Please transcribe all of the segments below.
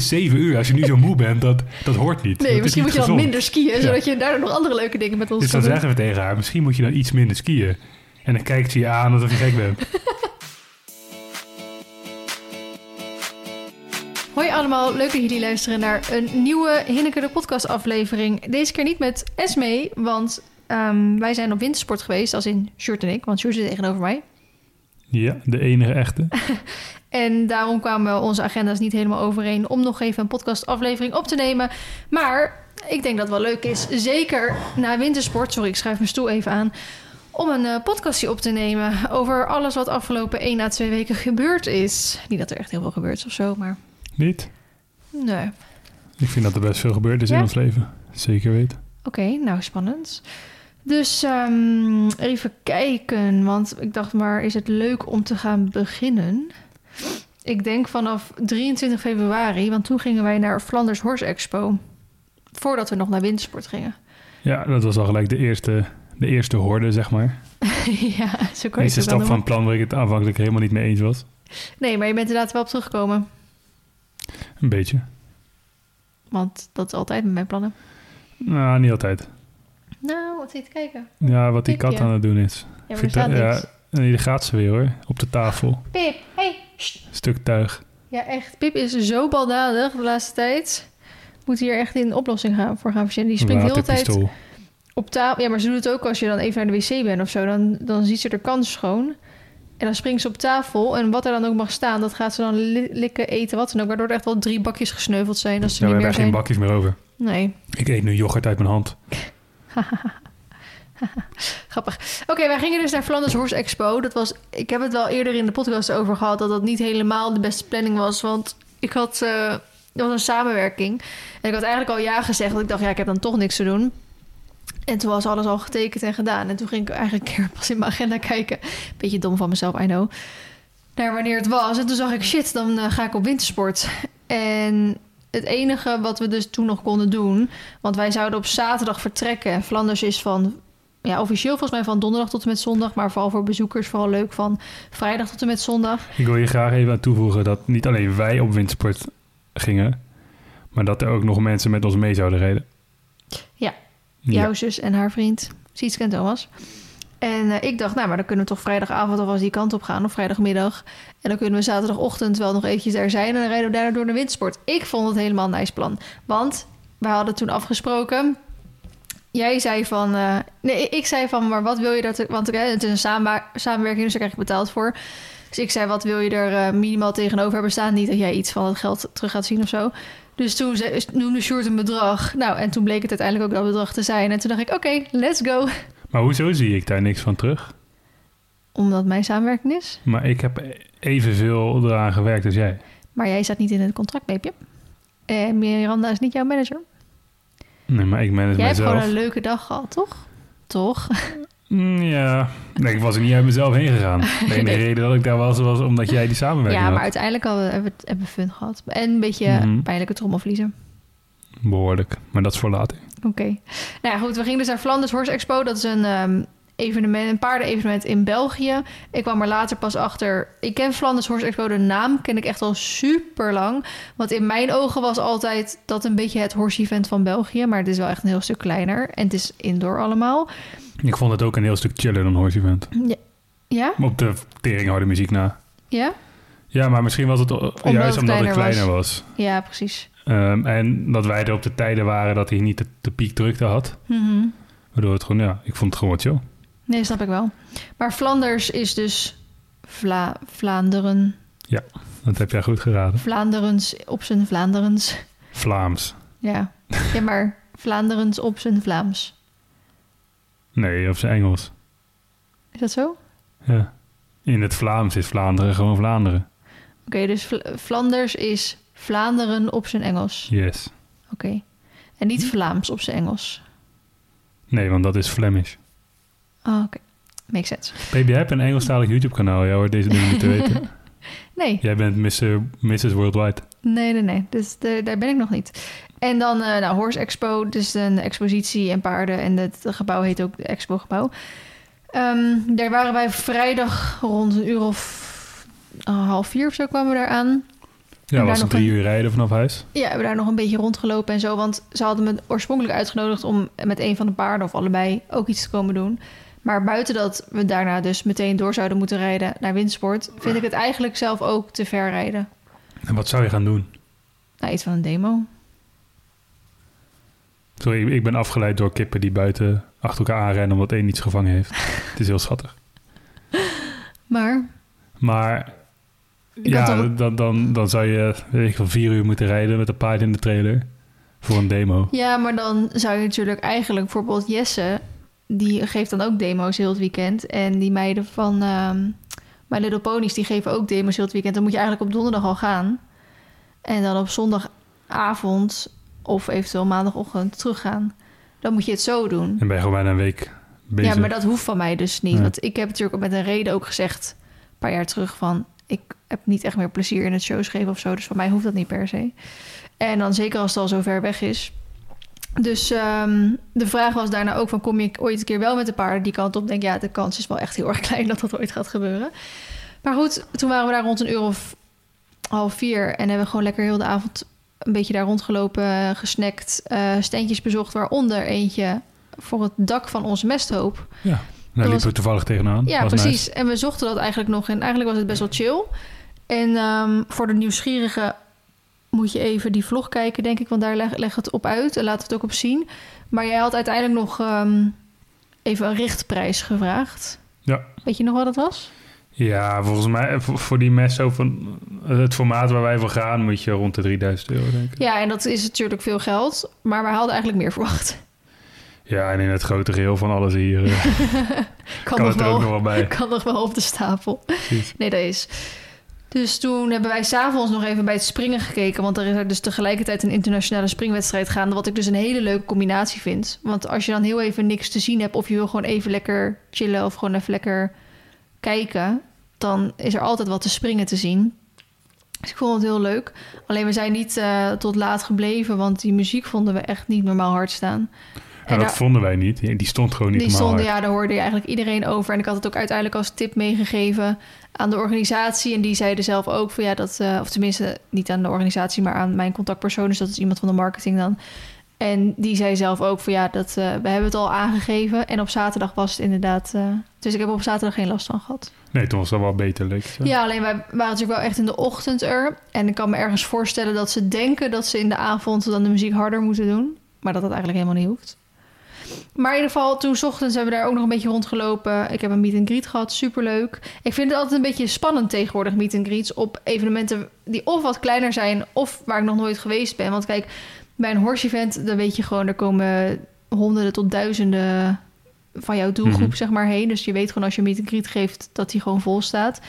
zeven uur, als je nu zo moe bent, dat, dat hoort niet. Nee, dat misschien moet is je niet dan gezond. minder skiën, zodat je daar nog andere leuke dingen met ons Dus kan dan doen. zeggen we tegen haar, misschien moet je dan iets minder skiën. En dan kijkt ze je aan alsof je gek bent. Hoi allemaal, leuk dat jullie luisteren naar een nieuwe Hinneke de podcast aflevering. Deze keer niet met Esme, want ehm, wij zijn op wintersport geweest, als in Sjoerd en ik, want Sjoerd zit tegenover mij. Ja, de enige echte. En daarom kwamen onze agenda's niet helemaal overeen om nog even een podcastaflevering op te nemen. Maar ik denk dat het wel leuk is, zeker na wintersport, sorry ik schrijf mijn stoel even aan, om een eh, podcastje op te nemen over alles wat afgelopen 1 à 2 weken gebeurd is. Niet dat er echt heel veel gebeurd is of zo, maar Niet? nee. Ik vind dat er best veel gebeurd is Ja? in ons leven. Zeker weten. Oké, nou spannend. Dus ehm, even kijken, want ik dacht maar, is het leuk om te gaan beginnen? Ik denk vanaf 23 februari, want toen gingen wij naar Flanders Horse Expo. Voordat we nog naar wintersport gingen. Ja, dat was al gelijk de eerste, de eerste horde, zeg maar. ja, zo De eerste kan je het wel stap noemen. van plan waar ik het aanvankelijk helemaal niet mee eens was. Nee, maar je bent inderdaad wel op teruggekomen. Een beetje. Want dat is altijd met mijn plannen. Nou, niet altijd. Nou, wat zit je te kijken? Ja, wat die Tipje. kat aan het doen is. Ja, maar er Vertel- staat niks. ja, nee, daar gaat ze weer hoor. Op de tafel. Pip, hey. Stuk tuig. Ja, echt. Pip is zo baldadig de laatste tijd. Moet hier echt in een oplossing gaan, voor gaan verzinnen. Die springt heel de hele tijd Waterpistool. op tafel. Ja, maar ze doet het ook als je dan even naar de wc bent of zo. Dan, dan ziet ze de kans schoon. En dan springt ze op tafel. En wat er dan ook mag staan, dat gaat ze dan li- likken, eten, wat dan ook. Waardoor er echt wel drie bakjes gesneuveld zijn als ze Ja, we niet hebben meer echt geen zijn. bakjes meer over. Nee, Ik eet nu yoghurt uit mijn hand. grappig. Oké, wij gingen dus naar Flanders Horse Expo. Dat was, ik heb het wel eerder in de podcast over gehad... dat dat niet helemaal de beste planning was. Want ik had... eh, dat was een samenwerking. En ik had eigenlijk al ja gezegd. Want ik dacht, ja, ik heb dan toch niks te doen. En toen was alles al getekend en gedaan. En toen ging ik eigenlijk een keer pas in mijn agenda kijken. Beetje dom van mezelf, I know. Naar wanneer het was. En toen zag ik, shit, dan eh, ga ik op wintersport. En het enige wat we dus toen nog konden doen... want wij zouden op zaterdag vertrekken. En Flanders is van... Ja, officieel volgens mij van donderdag tot en met zondag. Maar vooral voor bezoekers vooral leuk van vrijdag tot en met zondag. Ik wil je graag even aan toevoegen dat niet alleen wij op windsport gingen, maar dat er ook nog mensen met ons mee zouden rijden. Ja. Ja. jouw zus en haar vriend, Sietske en Thomas. En eh, ik dacht, nou, maar dan kunnen we toch vrijdagavond alvast die kant op gaan, of vrijdagmiddag. En dan kunnen we zaterdagochtend wel nog eventjes daar zijn en dan rijden we daarna door naar windsport. Ik vond het helemaal een nice plan, want we hadden toen afgesproken... Jij zei van, eh, nee, ik zei van, maar wat wil je dat? er- Want eh, het is een samenwa- samenwerking, dus daar krijg ik betaald voor. Dus ik zei, wat wil je er eh, minimaal tegenover hebben staan? Niet dat jij iets van het geld terug gaat zien of zo. Dus toen ze, noemde Sjoerd een bedrag. Nou, en toen bleek het uiteindelijk ook dat bedrag te zijn. En toen dacht ik, oké, let's go. Maar hoezo zie ik daar niks van terug? Omdat mijn samenwerking is. Maar ik heb e- evenveel eraan gewerkt als jij. Maar jij staat niet in het contract, baby. En Miranda is niet jouw manager. Nee, maar ik manage jij hebt mezelf. gewoon een leuke dag gehad, toch? Toch? Mm, Ja, nee, ik was er niet uit mezelf heen gegaan. De enige Nee. reden dat ik daar was, was omdat jij die samenwerking ja, maar had. uiteindelijk hadden we- hebben we hebben we fun gehad. En een beetje Mhm. pijnlijke trommelvliezen. Behoorlijk, maar dat is voor later. Oké. Nou ja, goed, we gingen dus naar Flanders Horse Expo. Dat is een ehm, evenement, een paardenevenement in België. Ik kwam er later pas achter. Ik ken Flanders Horse Expo, de naam ken ik echt al super lang. Want in mijn ogen was altijd dat een beetje het horse event van België. Maar het is wel echt een heel stuk kleiner. En het is indoor allemaal. Ik vond het ook een heel stuk chiller dan Horse Event. Ja? Op de teringharde muziek na. Ja? Ja, maar misschien was het o- juist omdat het het kleiner was. kleiner was. Ja, precies. Ehm, en dat wij er op de tijden waren dat hij niet de, de piekdrukte had. Mhm. Waardoor het gewoon, ja, ik vond het gewoon chill. Nee, snap ik wel. Maar Flanders is dus Vla Vlaanderen. Dat heb jij goed geraden. Vlaanderens op zijn Vlaanderens. Vlaams. Ja. ja, maar Vlaanderens op zijn Vlaams. Nee, op zijn Engels. Is dat zo? Oké, Ja. In het Vlaams is Vlaanderen gewoon Vlaanderen. dus Vla- Vlaanders is Vlaanderen op zijn Engels. Yes. Oké. En niet Vlaams op zijn Engels. Nee, want dat is Flemish. Ah, oké. Makes sense. Baby, jij hebt een Engelstalig YouTube-kanaal. Jij hoort deze dingen niet te weten. Nee, Jij bent Mr. Mrs. Worldwide. nee, nee, nee. Dus de- daar ben ik nog niet. En dan eh nou, Horse Expo. Dus een expositie en paarden. En het gebouw heet ook de Expo Gebouw. Ehm, daar waren oh, wij vrijdag rond een uur of half vier of zo kwamen we daar aan. Ja, daar was het nog drie uur rijden vanaf huis. Ja, hebben daar nog een beetje rondgelopen en zo. Want ze hadden me oorspronkelijk uitgenodigd om met een van de paarden of allebei ook iets te komen doen. Maar buiten dat we daarna dus meteen door zouden moeten rijden naar Windsport, vind ik het eigenlijk zelf ook te ver rijden. En wat zou je gaan doen? Nou, iets van een demo. Sorry, ik- ik ben afgeleid door kippen die buiten achter elkaar aanrennen omdat één iets gevangen heeft. het is heel schattig. Maar Maar je kan ja, toch- dan, dan, dan zou je weet ik, van vier uur moeten rijden met een paard in de trailer voor een demo. ja, maar dan zou je natuurlijk eigenlijk bijvoorbeeld Jesse, die geeft dan ook demo's heel het weekend. En die meiden van ehm My Little Ponies, die geven ook demo's heel het weekend. Dan moet je eigenlijk op donderdag al gaan. En dan op zondagavond of eventueel maandagochtend teruggaan. Dan moet je het zo doen. En ben je gewoon bijna een week bezig. Ja, maar dat hoeft van mij dus niet. Nee. Want ik heb natuurlijk met een reden ook gezegd... een paar jaar terug van... ik heb niet echt meer plezier in het shows geven of zo. Dus van mij hoeft dat niet per se. En dan zeker als het al zo ver weg is. Dus ehm, de vraag was daarna ook van... kom je ooit een keer wel met de paarden die kant op? Denk ja, de kans is wel echt heel erg klein dat dat ooit gaat gebeuren. Maar goed, toen waren we daar rond een uur of half vier... en hebben we gewoon lekker heel de avond een beetje daar rondgelopen, gesnackt... eh standjes bezocht, waaronder eentje voor het dak van onze mesthoop... Daar dat liepen was- we Nou, toevallig tegenaan. Ja, Was nice. precies. En we zochten dat eigenlijk nog. En eigenlijk was het best wel chill. En ehm, voor de nieuwsgierigen moet je even die vlog kijken, denk ik. Want daar leg, leg het op uit en laat het ook op zien. Maar jij had uiteindelijk nog ehm, even een richtprijs gevraagd. Ja. Weet je nog wat dat was? Ja, volgens mij voor voor die mes zo van het formaat waar wij voor gaan moet je rond de 3000 euro denken. Ja, en dat is natuurlijk veel geld. Maar we hadden eigenlijk meer verwacht. Ja, en in het grote geheel van alles hier eh, Kan, kan nog het er wel. ook nog wel bij. kan nog wel op de stapel. Precies. Nee, dat is. Dus toen hebben wij s'avonds nog even bij het springen gekeken. Want er is er dus tegelijkertijd een internationale springwedstrijd gaande. Wat ik dus een hele leuke combinatie vind. Want als je dan heel even niks te zien hebt. of je wil gewoon even lekker chillen. of gewoon even lekker kijken. dan is er altijd wat te springen te zien. Dus ik vond het heel leuk. Alleen we zijn niet eh, tot laat gebleven. want die muziek vonden we echt niet normaal hard staan. En dat daar- vonden wij niet. Die stond gewoon niet die normaal stonden, hard. ja, daar hoorde je eigenlijk iedereen over. En ik had het ook uiteindelijk als tip meegegeven aan de organisatie. En die zeiden zelf ook van ja, dat, eh, of tenminste niet aan de organisatie, maar aan mijn contactpersoon. Dus dat is iemand van de marketing dan. En die zei zelf ook van ja, dat, eh, we hebben het al aangegeven. En op zaterdag was het inderdaad. eh, dus ik heb er op zaterdag geen last van gehad. Nee, toen was dat wel beter leuk. zo. Ja, alleen wij waren natuurlijk wel echt in de ochtend er. En ik kan me ergens voorstellen dat ze denken dat ze in de avond dan de muziek harder moeten doen. Maar dat dat eigenlijk helemaal niet hoeft. Maar in ieder geval, toen 's ochtends hebben we daar ook nog een beetje rondgelopen. Ik heb een meet and greet gehad, superleuk. Ik vind het altijd een beetje spannend tegenwoordig, meet and greets. Op evenementen die of wat kleiner zijn, of waar ik nog nooit geweest ben. Want kijk, bij een horse event, dan weet je gewoon, er komen honderden tot duizenden van jouw doelgroep, Mhm. zeg maar, heen. Dus je weet gewoon als je meet and greet geeft, dat die gewoon vol staat.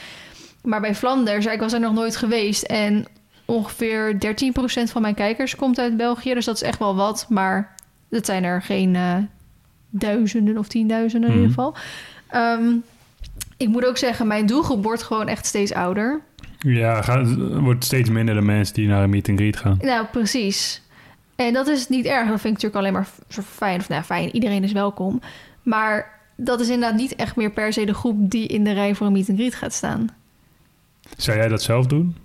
Maar bij Flanders, ja, ik was er nog nooit geweest. En ongeveer 13% van mijn kijkers komt uit België. Dus dat is echt wel wat. Maar dat zijn er geen eh, duizenden of tienduizenden in Mhm. ieder geval. Ehm, ik moet ook zeggen, mijn doelgroep wordt gewoon echt steeds ouder. Ja, ga- het wordt steeds minder de mensen die naar een meet and greet gaan. Nou, precies. En dat is niet erg. Dat vind ik natuurlijk alleen maar f- zo fijn. Of nou, fijn. Iedereen is welkom. Maar dat is inderdaad niet echt meer per se de groep die in de rij voor een meet and greet gaat staan. Zou jij dat zelf doen?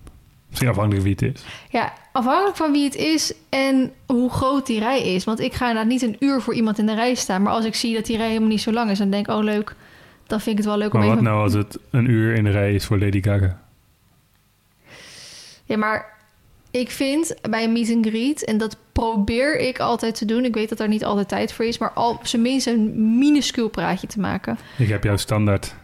Misschien afhankelijk wie het is. Ja, afhankelijk van wie het is en hoe groot die rij is. Want ik ga inderdaad niet een uur voor iemand in de rij staan. Maar als ik zie dat die rij helemaal niet zo lang is, dan denk ik, oh leuk, dan vind ik het wel leuk om Maar wat even... nou als het een uur in de rij is voor Lady Gaga? Ja, maar ik vind bij een meet and greet, en dat probeer ik altijd te doen. Ik weet dat daar niet altijd tijd voor is, maar al op zijn minst een minuscuul praatje te maken. Ik heb jouw standaard,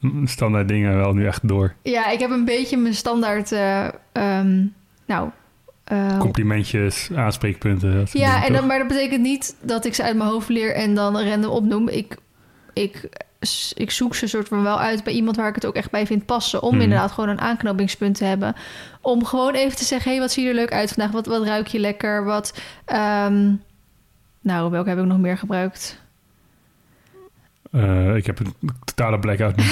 mm, standaard dingen wel nu echt door. Ja, ik heb een beetje mijn standaard, eh, ehm, nou... eh, Complimentjes, aanspreekpunten. dat soort Ja, dingen, en dat, toch? maar dat betekent niet dat ik ze uit mijn hoofd leer en dan random opnoem. Ik, ik, s- ik zoek ze soort van wel uit bij iemand waar ik het ook echt bij vind passen. Om Mhm. inderdaad gewoon een aanknopingspunt te hebben. Om gewoon even te zeggen, hé, hey, wat zie je er leuk uit vandaag? Wat, wat ruik je lekker? Wat, ehm, nou, welke heb ik nog meer gebruikt? Eh, ik heb een totale blackout. nu.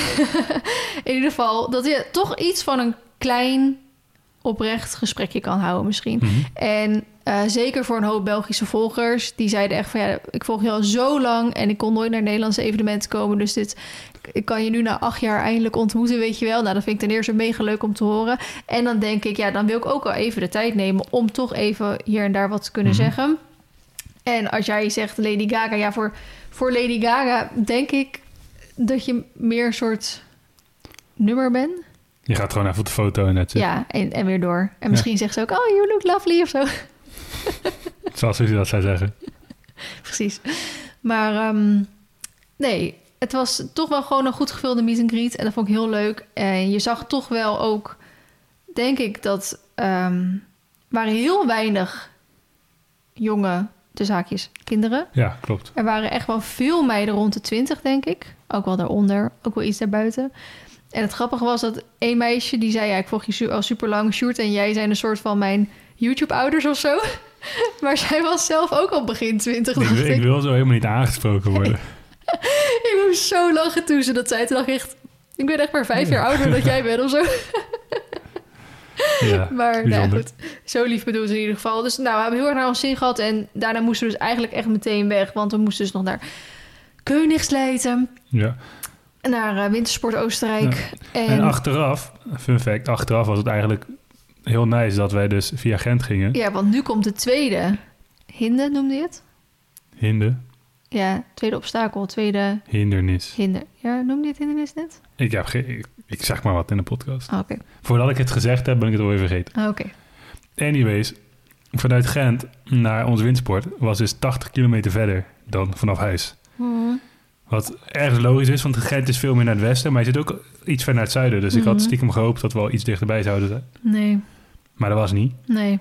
In ieder geval, dat je toch iets van een klein, oprecht gesprekje kan houden misschien. Mhm. En eh, zeker voor een hoop Belgische volgers. Die zeiden echt van ja, ik volg je al zo lang en ik kon nooit naar Nederlandse evenementen komen. Dus dit ik kan je nu na acht jaar eindelijk ontmoeten, weet je wel. Nou, dat vind ik ten eerste mega leuk om te horen. En dan denk ik, ja, dan wil ik ook al even de tijd nemen om toch even hier en daar wat te kunnen Mhm. zeggen. En als jij zegt Lady Gaga, ja, voor, voor Lady Gaga denk ik dat je meer een soort nummer bent. Je gaat gewoon even op de foto en net Ja, en, en weer door. En Ja. misschien zegt ze ook, oh, you look lovely of zo. Zoals jullie dat zou zeggen. Precies. Maar ehm, nee, het was toch wel gewoon een goed gevulde meet and greet. En dat vond ik heel leuk. En je zag toch wel ook, denk ik, dat ehm waren heel weinig jonge, de zaakjes, kinderen. Ja, klopt. Er waren echt wel veel meiden rond de 20, denk ik. Ook wel daaronder, ook wel iets daarbuiten. En het grappige was dat één meisje die zei: Ja, ik volg je su- al super lang, Sjoerd. En jij zijn een soort van mijn YouTube-ouders of zo. maar zij was zelf ook al begin 20, Ik, dacht ik. wil- ik Ik, wil zo helemaal niet aangesproken worden. moest zo lachen toen ze dat zei. Toen dacht ik echt: Ik ben echt maar vijf jaar ouder dan jij bent of zo. Ja, Maar nou, ja, bijzonder. goed, zo lief bedoeld in ieder geval. Dus nou, we hebben heel erg naar ons zin gehad. En daarna moesten we dus eigenlijk echt meteen weg. Want we moesten dus nog naar Königsleiten. Ja. naar eh, Wintersport Oostenrijk. En, En achteraf, fun fact, achteraf was het eigenlijk heel nice dat wij dus via Gent gingen. ja, want nu komt de tweede. Hinde noemde je het? Hinder, Ja, tweede obstakel, tweede hindernis. hinder. Ja, noemde je het hindernis net? Ik, heb ge- ik, ik zeg maar wat in de podcast. Ah, Oké, Voordat ik het gezegd heb, ben ik het alweer vergeten. Ah, oké. Anyways, vanuit Gent naar ons windsport was dus 80 kilometer verder dan vanaf huis. Hmm. Wat ergens logisch is, want Gent is veel meer naar het westen, maar je zit ook iets ver naar het zuiden. Dus ik had Mhm. stiekem gehoopt dat we al iets dichterbij zouden zijn. Nee, Maar dat was niet. nee.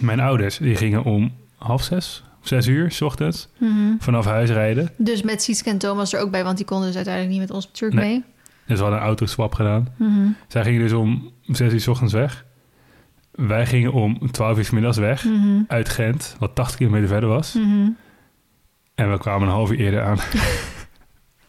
Mijn ouders die gingen om half zes, zes uur, s ochtends, Mhm. vanaf huis rijden. Dus met Sietske en Thomas er ook bij, want die konden dus uiteindelijk niet met ons natuurlijk Nee. mee. Dus we hadden een autoswap gedaan. Mhm. Zij gingen dus om 6 uur 's ochtends weg. Wij gingen om 12 uur 's middags weg. Mhm. Uit Gent, wat 80 kilometer verder was. Mhm. En we kwamen een half uur eerder aan.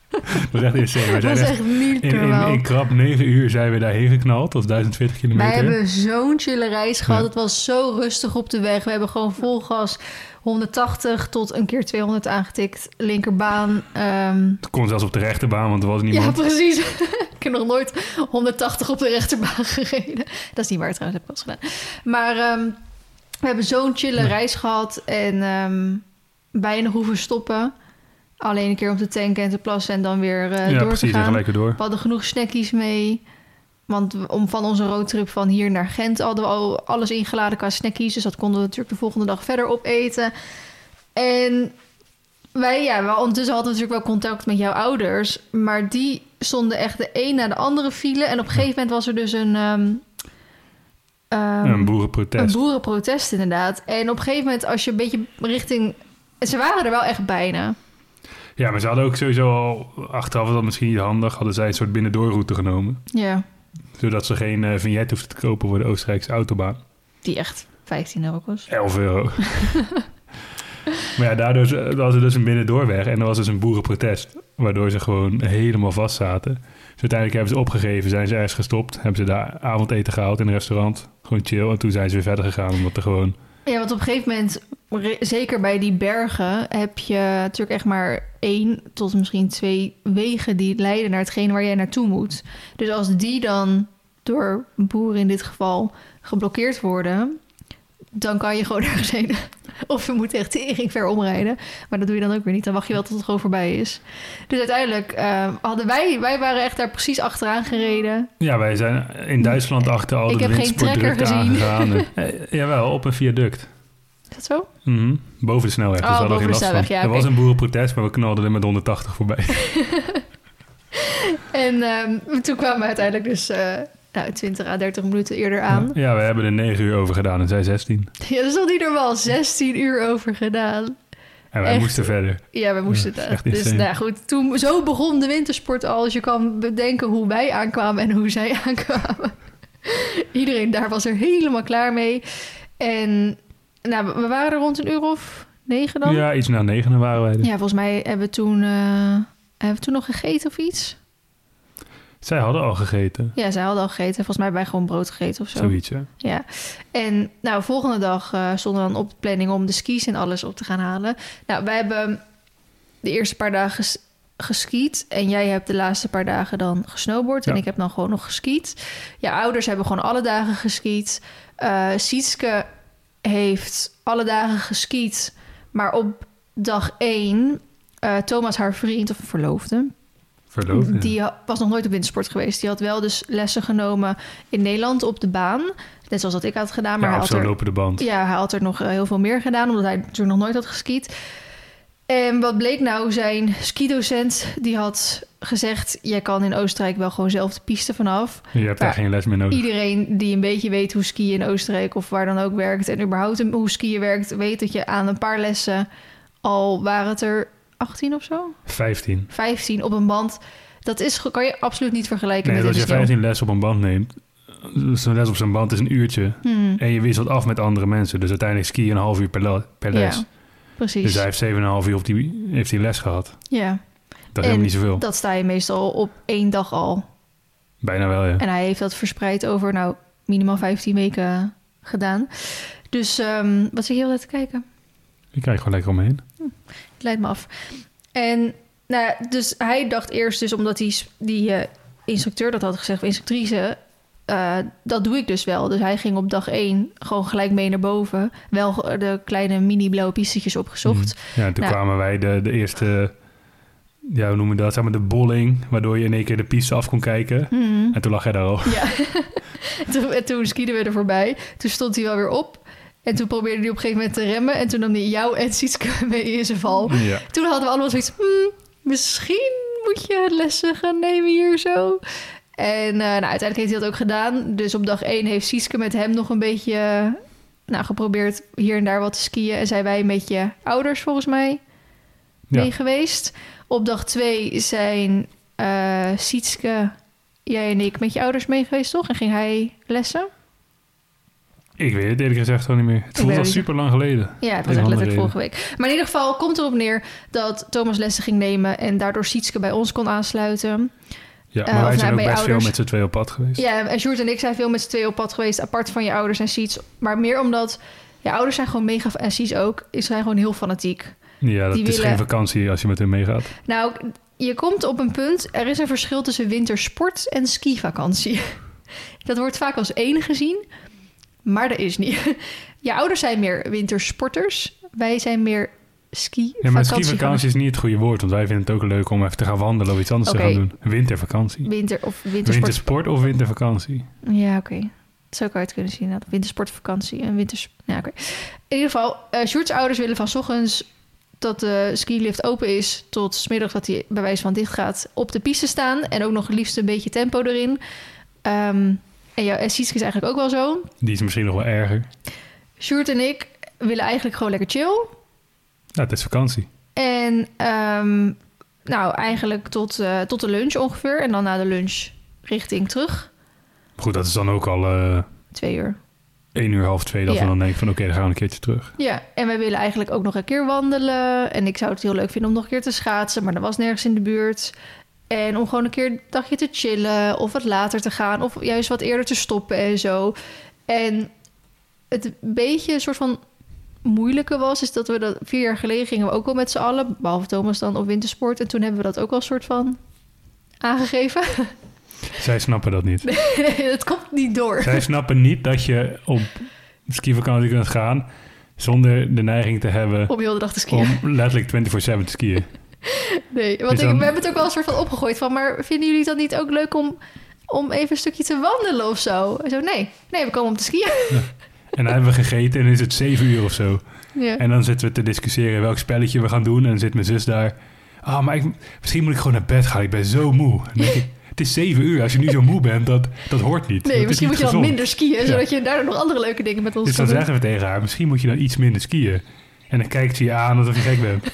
dat was echt insane. We Dat zijn was echt echt niet in, in, normaal. in krap 9 uur zijn we daarheen geknald. Dat is 1040 Wij kilometer. hebben zo'n chille reis gehad. Ja. Het was zo rustig op de weg. We hebben gewoon vol gas 180 tot een keer 200 aangetikt. Linkerbaan. ehm, Het kon zelfs op de rechterbaan, want er was ja, niemand. precies. ik heb nog nooit 180 op de rechterbaan gereden. Dat is niet waar trouwens, heb ik wel eens gedaan. Maar ehm, we hebben zo'n chille Nee. reis gehad. En ehm bijna hoeven stoppen. Alleen een keer om te tanken en te plassen en dan weer eh, ja, door precies. te En gaan. gelijk weer door. We hadden genoeg snackies mee. Want we- om van onze roadtrip van hier naar Gent hadden we al alles ingeladen qua snackies. Dus dat konden we natuurlijk de volgende dag verder opeten. En wij, ja, we ondertussen hadden we natuurlijk wel contact met jouw ouders. Maar die stonden echt de een na de andere file. En op een gegeven moment was er dus een... ehm, ehm, een boerenprotest. een boerenprotest inderdaad. En op een gegeven moment als je een beetje richting... Ze waren er wel echt bijna. ja, maar ze hadden ook sowieso al... Achteraf was dat misschien niet handig. Hadden zij een soort binnendoorroute genomen. Ja, Zodat ze geen eh, vignet hoefden te kopen voor de Oostenrijkse autobaan. die echt 15 euro kost. 11 euro. maar ja, daardoor z- was er dus een binnendoorweg en er was dus een boerenprotest. Waardoor ze gewoon helemaal vast zaten. Dus uiteindelijk hebben ze opgegeven, zijn ze ergens gestopt. Hebben ze daar avondeten gehaald in een restaurant. Gewoon chill. En toen zijn ze weer verder gegaan omdat er gewoon... Ja, want op een gegeven moment, re- zeker bij die bergen, heb je natuurlijk echt maar één tot misschien twee wegen die leiden naar hetgeen waar jij naartoe moet. Dus als die dan door boeren in dit geval geblokkeerd worden, dan kan je gewoon ergens heen. Of je moet echt tering ver omrijden. Maar dat doe je dan ook weer niet. Dan wacht je wel tot het gewoon voorbij is. Dus uiteindelijk eh, hadden wij... Wij waren echt daar precies achteraan gereden. Ja, wij zijn in Duitsland achter al Ik de heb geen windsportdrukte trekker gezien. aangegaan. Eh, jawel, op een viaduct. Is dat zo? Mhm. Boven de snelweg. Oh, dus we hadden boven geen de last van. snelweg, ja, Er oké. was een boerenprotest, maar we knalden er met 180 voorbij. En ehm, toen kwamen we uiteindelijk dus eh, nou, 20 à 30 minuten eerder aan. Ja, we hebben er 9 uur over gedaan en zij 16. Ja, dus hadden die er wel 16 uur over gedaan. En wij Echt? moesten verder. Ja, we moesten Ja, dat. echt Dus insane. nou goed, toen, zo begon de wintersport al. Dus je kan bedenken hoe wij aankwamen en hoe zij aankwamen. Iedereen daar was er helemaal klaar mee. En nou, we- we waren er rond een uur of negen dan. Ja, iets na negenen waren wij er. Ja, volgens mij hebben we toen, eh, hebben we toen nog gegeten of iets. Zij hadden al gegeten. Ja, zij hadden al gegeten. Volgens mij hebben wij gewoon brood gegeten of zo. Zoiets, hè? Ja, en nou, volgende dag eh stonden we dan op de planning om de skis en alles op te gaan halen. Nou, wij hebben de eerste paar dagen s- geskiet. En jij hebt de laatste paar dagen dan gesnowboard. En Ja. ik heb dan gewoon nog geskiet. Je ouders hebben gewoon alle dagen geskiet. Eh Sietske heeft alle dagen geskiet. Maar op dag één, eh, Thomas, haar vriend of verloofde, Verloofd. ja. die ha- was nog nooit op wintersport geweest. Die had wel dus lessen genomen in Nederland op de baan. Net zoals dat ik had gedaan. Maar ja, hij op had zo'n er lopende band. ja, hij had er nog eh, heel veel meer gedaan, omdat hij natuurlijk nog nooit had geskiet. En wat bleek nou? Zijn skidocent die had gezegd: Jij kan in Oostenrijk wel gewoon zelf de piste vanaf. Je hebt daar Maar geen les meer nodig. Iedereen die een beetje weet hoe skiën in Oostenrijk of waar dan ook werkt, en überhaupt hoe skiën werkt, weet dat je aan een paar lessen, al waren het er 18 of zo, 15. 15 op een band. Dat is, ge- kan je absoluut niet vergelijken Nee, met als dit je 15 les op een band neemt, zo'n les op zo'n band is een uurtje. Hmm. En je wisselt af met andere mensen. Dus uiteindelijk ski je een half uur per, la- per Ja, les. Precies. dus hij heeft 7,5 uur op die, heeft die les gehad. ja, Dat is helemaal En niet zoveel. dat sta je meestal op één dag al. Bijna wel, ja. En hij heeft dat verspreid over, nou, minimaal 15 weken gedaan. Dus ehm, wat zit je heel net te kijken? Ik kijk gewoon lekker omheen. Het leidt me af. En nou ja, dus hij dacht eerst dus, omdat die, s- die eh, instructeur dat had gezegd, of instructrice, eh, dat doe ik dus wel. Dus hij ging op dag één gewoon gelijk mee naar boven. Wel ge- de kleine mini blauwe pistetjes opgezocht. Ja, en toen Nou. kwamen wij de, de eerste, ja, hoe noemen we dat? Zeg maar de bolling, waardoor je in één keer de piste af kon kijken. Mhm. En toen lag hij daar al. Ja, toen, en toen skieden we er voorbij. Toen stond hij wel weer op. En toen probeerde hij op een gegeven moment te remmen. En toen nam hij jou en Sietske mee in zijn val. Ja. Toen hadden we allemaal zoiets. "Hmm, misschien moet je lessen gaan nemen hier zo. En eh, nou, uiteindelijk heeft hij dat ook gedaan. Dus op dag 1 heeft Sieske met hem nog een beetje eh, nou, geprobeerd hier en daar wat te skiën. En zijn wij met je ouders volgens mij Ja. mee geweest. Op dag 2 zijn eh Sietske, jij en ik met je ouders mee geweest, toch? En ging hij lessen? Ik weet het eerlijk gezegd gewoon niet meer. Het voelt weet al het. super lang geleden. Om Ja, het was echt andere letterlijk reden. vorige week. Maar in ieder geval komt erop neer dat Thomas lessen ging nemen... en daardoor Sietske bij ons kon aansluiten. Ja, Eh, maar of wij zijn nou, ook bij best veel ouders. met z'n twee op pad geweest. Ja, en Sjoerd en ik zijn veel met z'n tweeën op pad geweest, apart van je ouders en Siets. Maar meer omdat je ouders zijn gewoon mega, en Siets ook, is zijn gewoon heel fanatiek. Ja, dat Die is willen- geen vakantie als je met hun meegaat. Nou, je komt op een punt, er is een verschil tussen wintersport en skivakantie. Dat wordt vaak als één gezien, maar dat is niet. Je ouders zijn meer wintersporters, wij zijn meer ski Ja, maar skivakantie is niet het goede woord, want wij vinden het ook leuk om even te gaan wandelen of iets anders Oké. te gaan doen. Wintervakantie. Winter of wintersport. Wintersport of wintervakantie? Ja, oké. Zo kan je het kunnen zien. inderdaad. Wintersportvakantie en winters... Ja, oké. In ieder geval, eh Sjoerd's ouders willen van 's ochtends dat de skilift open is... tot 's middags dat hij bij wijze van dicht gaat op de piste staan... en ook nog het liefst een beetje tempo erin. Ehm, en jouw en Sietske is eigenlijk ook wel zo. Die is misschien nog wel erger. Sjoerd en ik willen eigenlijk gewoon lekker chill. Ja, het is vakantie. En ehm, nou, eigenlijk tot, eh, tot de lunch ongeveer. En dan na de lunch richting terug. Maar goed, dat is dan ook al eh Twee uur. één uur, half twee, dat Ja. we dan denken van oké, dan gaan we een keertje terug. Ja, en wij willen eigenlijk ook nog een keer wandelen. En ik zou het heel leuk vinden om nog een keer te schaatsen, maar dat was nergens in de buurt. En om gewoon een keer een dagje te chillen of wat later te gaan of juist wat eerder te stoppen en zo. En het een beetje een soort van moeilijke was, is dat we dat vier jaar geleden gingen we ook al met z'n allen, behalve Thomas dan op wintersport. En toen hebben we dat ook al een soort van aangegeven. Zij snappen dat niet. nee, dat komt niet door. Zij snappen niet dat je op skivakantie kunt gaan zonder de neiging te hebben Om heel de dag te skiën. om letterlijk 24-7 te skiën. Nee, want Dus ik- dan- we hebben het ook wel een soort van opgegooid van... maar vinden jullie dat niet ook leuk om, om even een stukje te wandelen of zo? En zo, nee, nee, we komen om te skiën. En dan hebben we gegeten en dan is het 7 uur of zo. Ja. En dan zitten we te discussiëren welk spelletje we gaan doen. En dan zit mijn zus daar. Ah, maar ik, misschien moet ik gewoon naar bed gaan. Ik ben zo moe. Dan denk ik, het is 7 uur. Als je nu zo moe bent, dat, dat hoort niet. Dat Nee, is misschien moet niet je gezond. dan minder skiën... zodat je daardoor nog andere leuke dingen met ons Dus kan dan doen. zeggen we tegen haar, misschien moet je dan iets minder skiën. En dan kijkt ze je aan alsof je gek bent.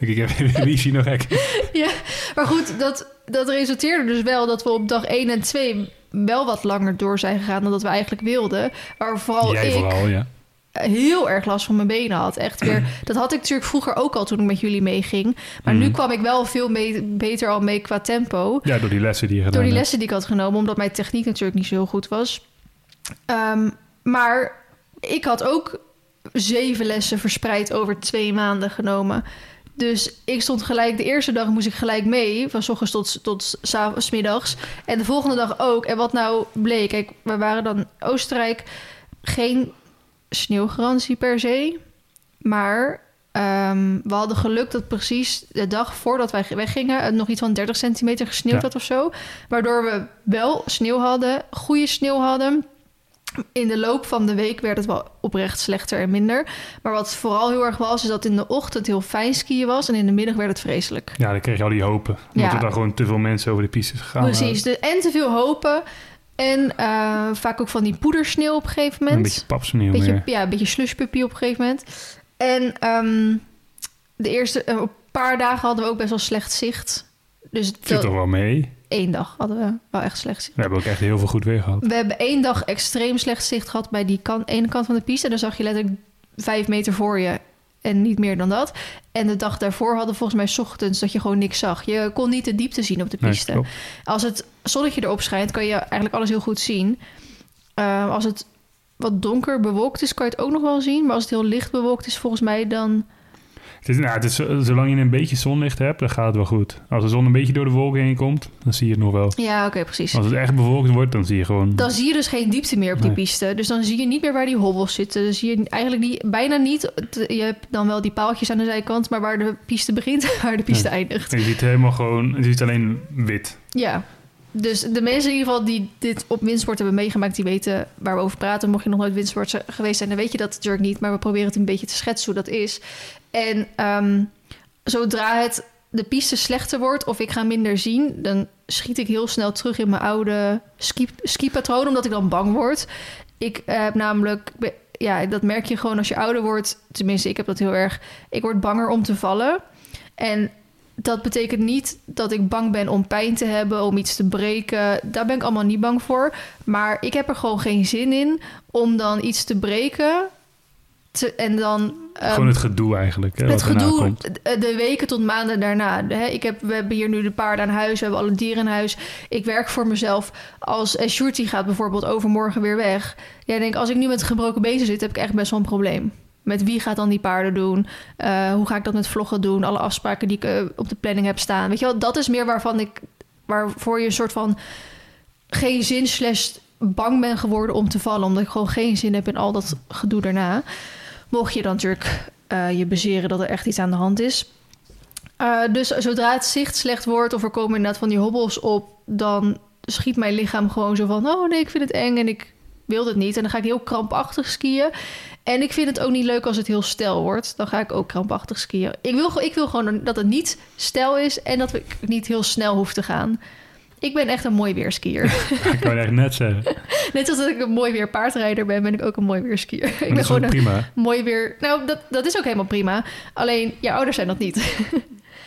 Dan denk ik, wie is hier nog gek? Ja, maar goed, dat, dat resulteerde dus wel dat we op dag 1 en 2 wel wat langer door zijn gegaan dan dat we eigenlijk wilden. Maar vooral Jij ik vooral, ja. heel erg last van mijn benen had. Echt weer. Dat had ik natuurlijk vroeger ook al toen ik met jullie meeging. Maar nu Mhm. kwam ik wel veel mee- beter al mee qua tempo. Ja, door die lessen die je gedaan Door die hebt. lessen die ik had genomen, omdat mijn techniek natuurlijk niet zo heel goed was. Ehm, maar ik had ook zeven lessen verspreid over twee maanden genomen. Dus ik stond gelijk, de eerste dag moest ik gelijk mee, van s ochtends tot, tot s av- 's middags. En de volgende dag ook. En wat nou bleek, kijk, we waren dan in Oostenrijk, geen sneeuwgarantie per se. Maar ehm, we hadden geluk dat precies de dag voordat wij weggingen, eh, nog iets van 30 centimeter gesneeuwd Ja. had of zo. Waardoor we wel sneeuw hadden, goede sneeuw hadden. In de loop van de week werd het wel oprecht slechter en minder. Maar wat vooral heel erg was, is dat in de ochtend heel fijn skiën was en in de middag werd het vreselijk. Ja, dan kreeg je al die hopen. Omdat Ja. er dan gewoon te veel mensen over de piste gaan. Precies, de, en te veel hopen. En eh, vaak ook van die poedersneeuw op een gegeven Een moment. beetje papsneeuw beetje, meer. ja, een beetje slushpuppy op een gegeven moment. En ehm, de eerste eh, een paar dagen hadden we ook best wel slecht zicht. Dus het- Zit toch wel mee? één dag hadden we wel echt slecht zicht. We hebben ook echt heel veel goed weer gehad. We hebben één dag extreem slecht zicht gehad bij die kan- ene kant van de piste. En dan zag je letterlijk vijf meter voor je en niet meer dan dat. En de dag daarvoor hadden we volgens mij 's ochtends dat je gewoon niks zag. Je kon niet de diepte zien op de Nee, piste. klopt. Als het zonnetje erop schijnt, kan je eigenlijk alles heel goed zien. Eh, als het wat donker bewolkt is, kan je het ook nog wel zien. Maar als het heel licht bewolkt is, volgens mij dan... Het is, nou, het is, zo- zolang je een beetje zonlicht hebt, dan gaat het wel goed. Als de zon een beetje door de wolken heen komt, dan zie je het nog wel. Ja, oké, precies. Als het echt bewolkt wordt, dan zie je gewoon... Dan zie je dus geen diepte meer op die Nee. piste. Dus dan zie je niet meer waar die hobbels zitten. Dan zie je eigenlijk die, bijna niet... Je hebt dan wel die paaltjes aan de zijkant... maar waar de piste begint, waar de piste eindigt. Je ziet helemaal gewoon... Je ziet alleen wit. Ja. Dus de mensen in ieder geval die dit op windsport hebben meegemaakt... die weten waar we over praten. Mocht je nog nooit windsport z- geweest zijn... dan weet je dat natuurlijk niet. Maar we proberen het een beetje te schetsen hoe dat is. En ehm, zodra het de piste slechter wordt of ik ga minder zien... dan schiet ik heel snel terug in mijn oude ski, skipatroon... omdat ik dan bang word. Ik eh, heb namelijk... ik ben- Ja, dat merk je gewoon als je ouder wordt. Tenminste, ik heb dat heel erg. Ik word banger om te vallen. En dat betekent niet dat ik bang ben om pijn te hebben, om iets te breken. Daar ben ik allemaal niet bang voor. Maar ik heb er gewoon geen zin in om dan iets te breken. te- en dan. ehm, gewoon het gedoe eigenlijk. Hè, het wat daarna gedoe eh, komt. de, de weken tot maanden daarna. Hè, ik heb, we hebben hier nu de paarden aan huis, we hebben alle dieren in huis. Ik werk voor mezelf. Als eh, Shorty gaat bijvoorbeeld overmorgen weer weg. Jij denkt, als ik nu met gebroken benen zit, heb ik echt best wel een probleem. Met wie gaat dan die paarden doen? Eh, hoe ga ik dat met vloggen doen? Alle afspraken die ik eh, op de planning heb staan. Weet je wel, dat is meer waarvan ik, waarvoor je een soort van geen zin slash bang ben geworden om te vallen. Omdat ik gewoon geen zin heb in al dat gedoe daarna. Mocht je dan natuurlijk eh, je bezeren dat er echt iets aan de hand is. Eh, dus zodra het zicht slecht wordt of er komen inderdaad van die hobbels op, dan schiet mijn lichaam gewoon zo van: oh nee, ik vind het eng en ik wil dit niet. En dan ga ik heel krampachtig skiën. En ik vind het ook niet leuk als het heel stijl wordt. Dan ga ik ook krampachtig skiën. Ik wil, ge- ik wil gewoon dat het niet stijl is en dat ik niet heel snel hoef te gaan. Ik ben echt een mooi weerskier. Ik kan echt net zeggen. Maar Net als dat ik een mooi weer paardrijder ben, ben ik ook een mooi weerskier. ik dat ben is wel gewoon een prima. mooi weer. Nou, dat, dat is ook helemaal prima. Alleen, je ouders zijn dat niet.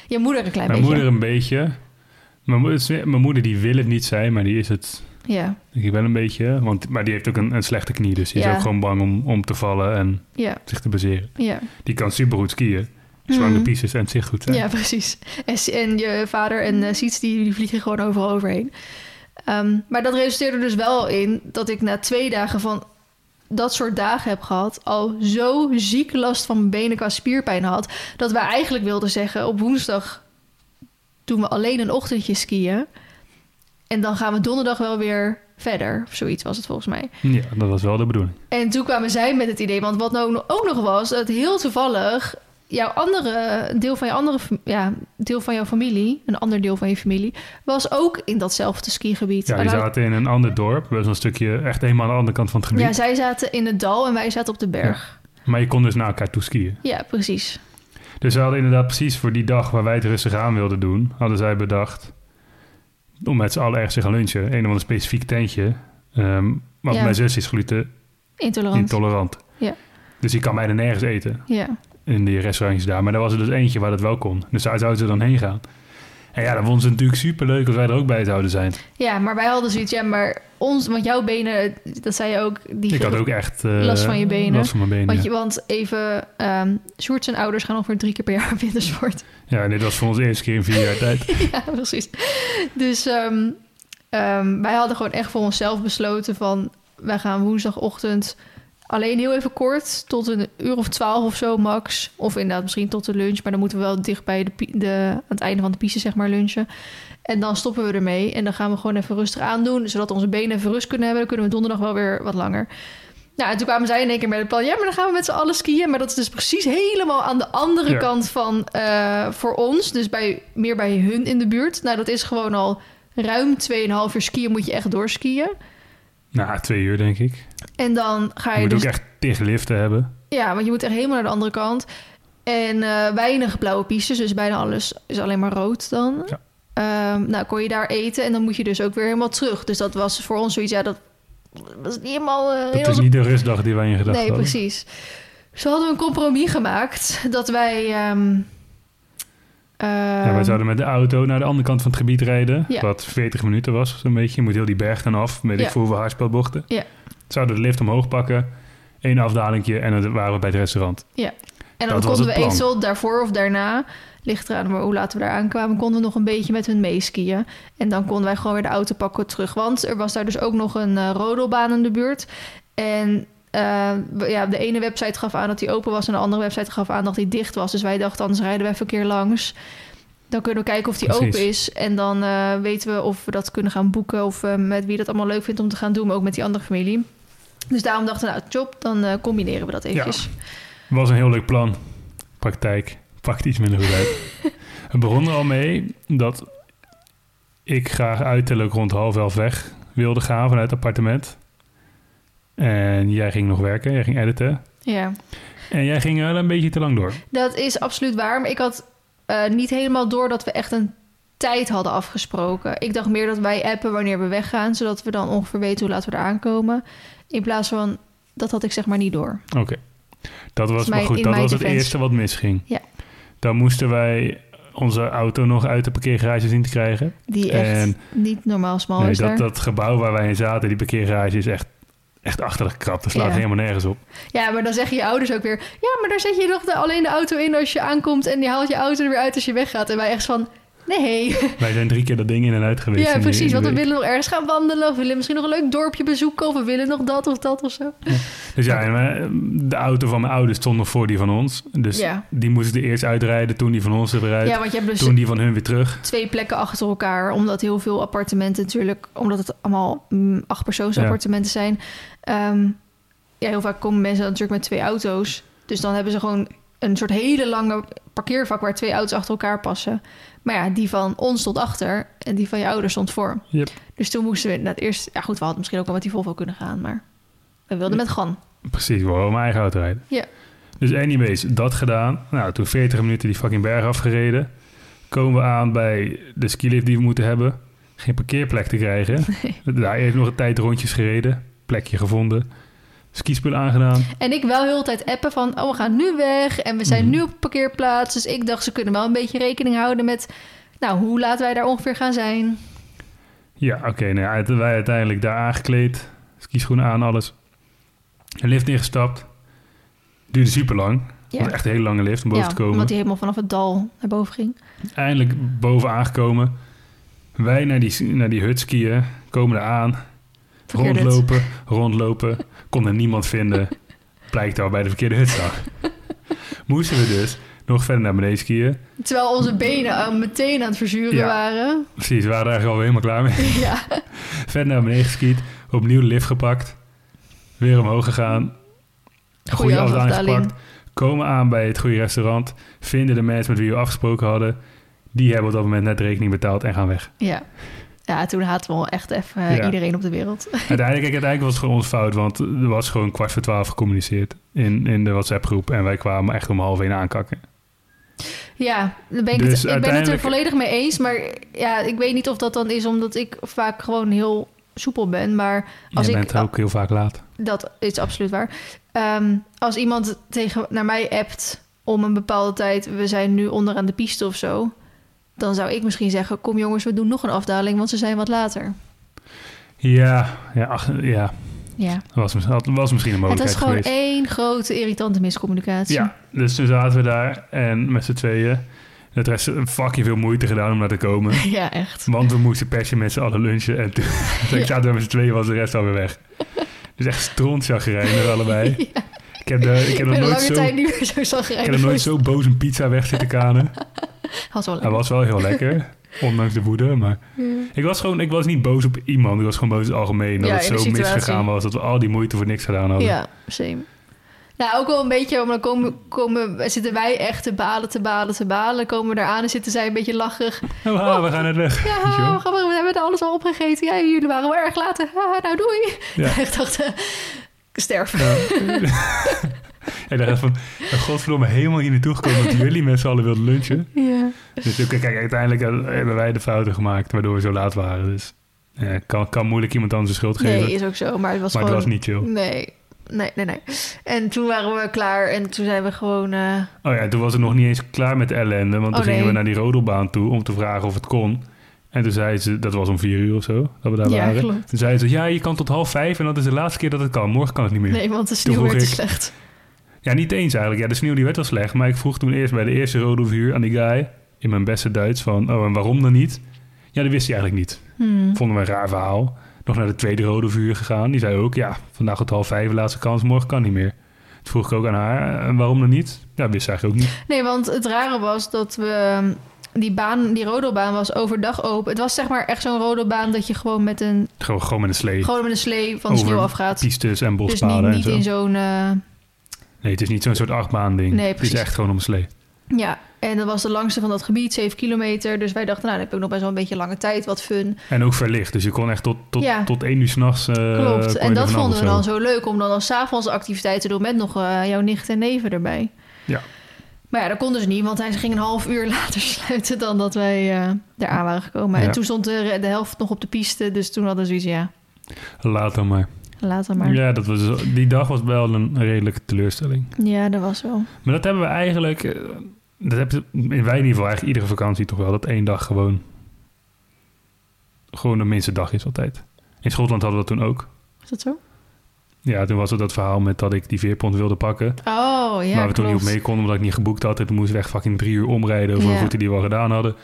je moeder een klein Mijn beetje. moeder een beetje. Mijn, moeder is- mijn moeder die wil het niet zijn, maar die is het Ja, denk ik wel een beetje. Want, maar die heeft ook een, een slechte knie, dus die Ja. is ook gewoon bang om, om te vallen en ja, zich te bezeren. ja. Die kan supergoed skiën. Zolang de Mm. pistes en het zicht goed zijn. Ja, precies. En, s- en je vader en eh, Siets, die, die vliegen gewoon overal overheen. Ehm, maar dat resulteerde dus wel in dat ik na twee dagen van dat soort dagen heb gehad... al zo ziek last van mijn benen qua spierpijn had... dat we eigenlijk wilden zeggen, op woensdag doen we alleen een ochtendje skiën... en dan gaan we donderdag wel weer verder. Of zoiets was het volgens mij. Ja, dat was wel de bedoeling. En toen kwamen zij met het idee, want wat nou ook nog was, dat heel toevallig jouw andere een deel van je andere fam- ja, een deel van jouw familie, een ander deel van je familie, was ook in datzelfde skigebied. Ja, En die wij- zaten in een ander dorp. Best wel een stukje echt helemaal aan de andere kant van het gebied. ja, zij zaten in het dal en wij zaten op de berg. Maar je kon dus naar elkaar toe skiën. Ja, precies. Dus we hadden inderdaad precies voor die dag waar wij het rustig aan wilden doen, hadden zij bedacht om met z'n allen ergens te gaan lunchen. Een of ander specifiek tentje. Ehm, want Ja. mijn zus is gluten Intolerant. intolerant. Ja. Dus die kan bijna nergens eten ja. in die restaurantjes daar. Maar er was er dus eentje waar dat wel kon. Dus daar zouden ze dan heen gaan. En ja, dat vonden ze natuurlijk superleuk als wij er ook bij zouden zijn. ja, maar wij hadden zoiets, ja, maar ons, want jouw benen, dat zei je ook, die Ik had ook echt... eh, Last van je benen. Last van mijn benen, Want, ja. je, want even, ehm Sjoerd zijn ouders gaan ongeveer drie keer per jaar op wintersport. Ja, en dit was voor ons de eerste keer in vier jaar tijd. ja, precies. Dus ehm, ehm, wij hadden gewoon echt voor onszelf besloten van... wij gaan woensdagochtend Alleen heel even kort, tot een uur of twaalf of zo max. Of inderdaad misschien tot de lunch. Maar dan moeten we wel dicht bij de, pi- de, aan het einde van de piste zeg maar lunchen. En dan stoppen we ermee. En dan gaan we gewoon even rustig aandoen. Zodat onze benen even rust kunnen hebben. Dan kunnen we donderdag wel weer wat langer. Nou, en toen kwamen zij in één keer met het plan. Ja, maar dan gaan we met z'n allen skiën. Maar dat is dus precies helemaal aan de andere Ja. kant van eh, voor ons. Dus bij, meer bij hun in de buurt. Nou, dat is gewoon al ruim 2,5 uur skiën. Moet je echt doorskiën. Nou, twee uur denk ik. En dan ga Je je moet Ah, dus ook echt tig liften hebben. Ja, want je moet echt helemaal naar de andere kant. En eh, weinig blauwe pistes, dus bijna alles is alleen maar rood dan. Ja. Ehm, nou, kon je daar eten en dan moet je dus ook weer helemaal terug. Dus dat was voor ons zoiets, ja, dat was niet helemaal... eh, Dat helemaal is zo- niet de rustdag die wij in gedachten nee, hadden. precies. Zo hadden we een compromis gemaakt dat wij... ehm, Ja, ehm, wij zouden met de auto naar de andere kant van het gebied rijden. Ja. Wat 40 minuten was, zo'n beetje. Je moet heel die berg dan af. Weet Ja. ik voor hoeveel haarspelbochten. Ja. Zouden de lift omhoog pakken. één afdalingje en dan waren we bij het restaurant. En dan Dat was konden we het plan. eventueel daarvoor of daarna, ligt eraan maar hoe laat we daar aankwamen, konden we nog een beetje met hun meeskiën. En dan konden wij gewoon weer de auto pakken terug. Want er was daar dus ook nog een eh, rodelbaan in de buurt. En eh, we- ja, de ene website gaf aan dat die open was en de andere website gaf aan dat die dicht was. Dus wij dachten, anders rijden we even een keer langs. Dan kunnen we kijken of die Precies. open is. En dan eh, weten we of we dat kunnen gaan boeken. Of eh, met wie dat allemaal leuk vindt om te gaan doen. Maar ook met die andere familie. Dus daarom dachten we, nou, job, dan eh, combineren we dat eventjes. Was een heel leuk plan. Praktijk pakt iets minder goed uit. het begon er al mee dat ik graag uiterlijk rond half elf weg wilde gaan vanuit het appartement. En jij ging nog werken, jij ging editen. ja. En jij ging wel een beetje te lang door. Dat is absoluut waar. Maar ik had eh, niet helemaal door dat we echt een tijd hadden afgesproken. Ik dacht meer dat wij appen wanneer we weggaan, zodat we dan ongeveer weten hoe laat we eraan komen. In plaats van dat had ik zeg maar niet door. Oké. Dat was Volgens maar mij goed. in Dat mijn was het defense. eerste wat misging. Ja. Dan moesten wij onze auto nog uit de parkeergarage zien te krijgen. Die echt En- niet normaal smal Nee, Oh, is daar. dat, dat gebouw waar wij in zaten, die parkeergarage, is echt, echt achterlijk krap. Dat slaat Ja. helemaal nergens op. Ja, maar dan zeggen je ouders ook weer... Ja, maar daar zet je nog de, alleen de auto in als je aankomt... en je haalt je auto er weer uit als je weggaat. En wij echt van... Nee, Wij zijn drie keer dat ding in en uit geweest. in ja, die- in precies. die Want we week. willen nog ergens gaan wandelen... of we willen misschien nog een leuk dorpje bezoeken... of we willen nog dat of dat of zo. Dus ja, en wij- de auto van mijn ouders stond nog voor die van ons. Dus Ja. die moesten er eerst uitrijden, toen die van ons eruit, Ja, want je hebt dus toen die van hun weer terug. twee plekken achter elkaar. Omdat heel veel appartementen natuurlijk, omdat het allemaal mm, acht persoonsappartementen zijn. Ehm, ja, heel vaak komen mensen dan natuurlijk met twee auto's. Dus dan hebben ze gewoon een soort hele lange parkeervak waar twee auto's achter elkaar passen. Maar ja, die van ons stond achter en die van je ouders stond voor. Yep. Dus toen moesten we inderdaad eerst... Ja goed, we hadden misschien ook wel met die Volvo kunnen gaan, maar we wilden met Gan. Precies, we wilden mijn eigen auto rijden. Ja. Dus anyways, dat gedaan. Nou, toen 40 minuten die fucking berg afgereden. Komen we aan bij de skilift die we moeten hebben. Geen parkeerplek te krijgen. Daar heeft nog een tijd rondjes gereden. Plekje gevonden. Skispullen aangedaan. En ik wel heel de tijd appen van, oh, we gaan nu weg en we zijn Mhm. nu op parkeerplaats. Dus ik dacht, ze kunnen wel een beetje rekening houden met, nou, hoe laat wij daar ongeveer gaan zijn. Ja, oké. nou ja, uite- wij uiteindelijk daar aangekleed. Skischoenen aan, alles. Een lift ingestapt. Duurde super lang. Ja. was echt een hele lange lift om boven ja, te komen. omdat hij helemaal vanaf het dal naar boven ging. Eindelijk boven aangekomen. Wij naar die, naar die hut skiën. Komen er aan. Verkeerd. Rondlopen, rondlopen. Kon er niemand vinden. Blijkt al bij de verkeerde hutstag. Moesten we dus nog verder naar beneden skiën. Terwijl onze benen al meteen aan het verzuren Ja. waren. Precies, we waren er eigenlijk alweer helemaal klaar mee. ja. Verder naar beneden geskiet. Opnieuw de lift gepakt. Weer omhoog gegaan. Een goede afdaling gepakt. Komen aan bij het goede restaurant. Vinden de mensen met wie we afgesproken hadden. Die hebben op dat moment net de rekening betaald en gaan weg. Ja. ja, toen haatten we al echt even eh, Ja. iedereen op de wereld. Uiteindelijk, kijk, uiteindelijk was het gewoon onze fout. Want er was gewoon kwart voor twaalf gecommuniceerd in, in de WhatsApp groep. En wij kwamen echt om half één aankakken. Ja, dan ben ik, Dus het, ik ben het er uiteindelijk- volledig mee eens. Maar ja, ik weet niet of dat dan is omdat ik vaak gewoon heel soepel ben. Maar als je ik bent ook heel vaak laat. Dat is absoluut waar. Ehm, als iemand tegen, naar mij appt om een bepaalde tijd, we zijn nu onderaan de piste of zo, dan zou ik misschien zeggen: Kom jongens, we doen nog een afdaling, want ze zijn wat later. Ja, ja, ach, ja. Ja. Dat was, mis- dat was misschien een Het was mogelijkheid gewoon geweest. één grote irritante miscommunicatie. Ja, dus toen zaten we daar en met z'n tweeën. Het rest fucking veel moeite gedaan om naar te komen. ja, echt. Want we moesten per se met z'n allen lunchen. En toen, toen Ja. zaten we met z'n tweeën was de rest alweer weg. Dus echt strontzagrijn er allebei. Ik heb, de, ik heb nog Ik ben een nooit lange zo... tijd niet meer zo Ik heb hem zagrijnig. nooit zo boos een pizza weg zitten kanen. Had wel Hij leuk. was Ah, wel heel lekker, ondanks de woede. Maar ik was gewoon, ik was niet boos op iemand. Ik was gewoon boos in het algemeen. Dat Ja, het in de zo situatie. misgegaan was, dat we al die moeite voor niks gedaan hadden. Ja, same. Nou, ook wel een beetje, maar dan komen, komen, zitten wij echt te balen, te balen, te balen. Dan komen we eraan en zitten zij een beetje lacherig. Oh, ha, we gaan het weg. Ja, Weet je wel? grappig, we hebben het alles al opgegeten. Ja, jullie waren wel erg laat. Haha, nou, doei. Ja. Ik dacht, eh, sterven. Ja. ik dacht van, godverdomme, helemaal hier naartoe gekomen dat jullie met z'n allen wilden lunchen. Ja. Dus oké, kijk, uiteindelijk hebben wij de fouten gemaakt, waardoor we zo laat waren. Dus ja, kan, kan moeilijk iemand anders de schuld geven. Nee, is ook zo, maar het was maar gewoon... het was niet chill. Nee, nee, nee, nee. En toen waren we klaar en toen zijn we gewoon... eh, Oh ja, toen was het nog niet eens klaar met ellende. Want Oh, toen gingen nee. we naar die rodelbaan toe om te vragen of het kon. En toen zei ze, dat was om vier uur of zo, dat we daar Ja, waren. klopt. Toen zei ze, ja, je kan tot half vijf en dat is de laatste keer dat het kan. Morgen kan het niet meer. nee, want de Toen sneeuw vroeg werd te ik- slecht. Ja, niet eens eigenlijk. Ja, de sneeuw die werd wel slecht. Maar ik vroeg toen eerst bij de eerste rodelvuur aan die guy, in mijn beste Duits, van, oh, en waarom dan niet? Ja, dat wist hij eigenlijk niet. Hmm. Vonden we een raar verhaal. Nog naar de tweede rode vuur gegaan. Die zei ook, ja, vandaag tot half vijf, laatste kans, morgen kan niet meer. Toen vroeg ik ook aan haar, en waarom dan niet? Ja, wist ze eigenlijk ook niet. Nee, want het rare was dat we... ehm, Die baan, die rodelbaan was overdag open. Het was zeg maar echt zo'n rodelbaan dat je gewoon met een... Gewoon, gewoon met een slee. Gewoon met een slee van de Over sneeuw afgaat. pistes en Dus niet, bospaden niet en in zo. zo'n... eh, Nee, het is niet zo'n soort achtbaan ding. Nee, het is precies. echt gewoon om een slee. ja, en dat was de langste van dat gebied, 7 kilometer. Dus wij dachten, nou, dan heb ik nog best wel een beetje lange tijd, wat fun. En ook verlicht. Dus je kon echt tot, tot, Ja. tot één uur s'nachts... eh Klopt. kon je en er dat vanaf vonden we of dan zo. zo leuk om dan als avonds activiteit te doen met nog eh, jouw nicht en neven erbij. Ja. Maar ja, dat konden ze niet, want hij ging een half uur later sluiten dan dat wij eh daar aan waren gekomen. Ja. En toen stond de, de helft nog op de piste, dus toen hadden ze zoiets, ja, Laat dan maar. laat dan maar. Ja, Ja, dat was, die dag was wel een redelijke teleurstelling. dat was wel. Maar dat hebben we eigenlijk... eh, Dat hebben wij in ieder geval eigenlijk iedere vakantie toch wel. Dat één dag gewoon... Gewoon de minste dag is altijd. In Schotland hadden we dat toen ook. Is dat zo? Ja, toen was het dat verhaal met dat ik die veerpont wilde pakken. Oh, ja, maar we toen niet klopt. op mee konden omdat ik niet geboekt had. En toen moesten we echt fucking drie uur omrijden over Ja. een route die we al gedaan hadden.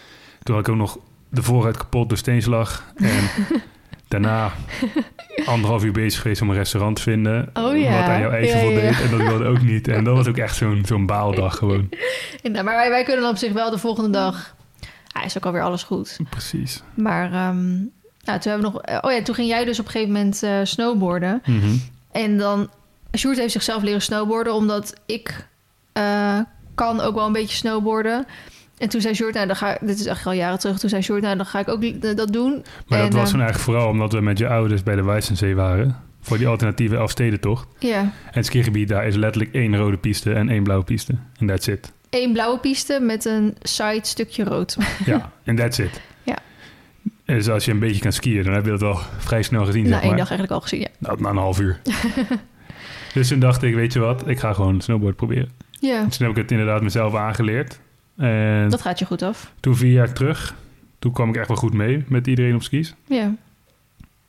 Toen had ik ook nog de voorruit kapot door steenslag. En daarna anderhalf uur bezig geweest om een restaurant te vinden. Oh ja. Wat aan jouw eisen Ja, ja, voldeed. ja. En dat wilde ook niet. En dat was ook echt zo'n zo'n baaldag gewoon. Ja, maar wij, wij kunnen dan op zich wel de volgende dag... Hij is ook alweer alles goed. Precies. Maar ehm, nou, toen hebben we nog... eh, Oh ja, toen ging jij dus op een gegeven moment eh, snowboarden. Mhm. En dan, Sjoerd heeft zichzelf leren snowboarden, omdat ik eh, kan ook wel een beetje snowboarden. En toen zei Sjoerd, nou dan ga ik, dit is echt al jaren terug, toen zei Sjoerd, nou dan ga ik ook li- dat doen. Maar En, dat was eh, toen eigenlijk vooral omdat we met je ouders bij de Wijzenzee waren. Voor die alternatieve Elfstedentocht. Ja, En het skigebied daar is letterlijk één rode piste en één blauwe piste. En that's it. één blauwe piste met een side stukje rood. Ja, en that's it. Ja. Dus als je een beetje kan skiën, dan heb je dat wel vrij snel gezien, Na zeg maar. Nou, één dag eigenlijk al gezien, ja. Nou, na een half uur. dus toen dacht ik, weet je wat, ik ga gewoon snowboard proberen. Ja, Dus toen heb ik het inderdaad mezelf aangeleerd. En dat gaat je goed af. toen vier jaar terug, toen kwam ik echt wel goed mee met iedereen op skis. Ja.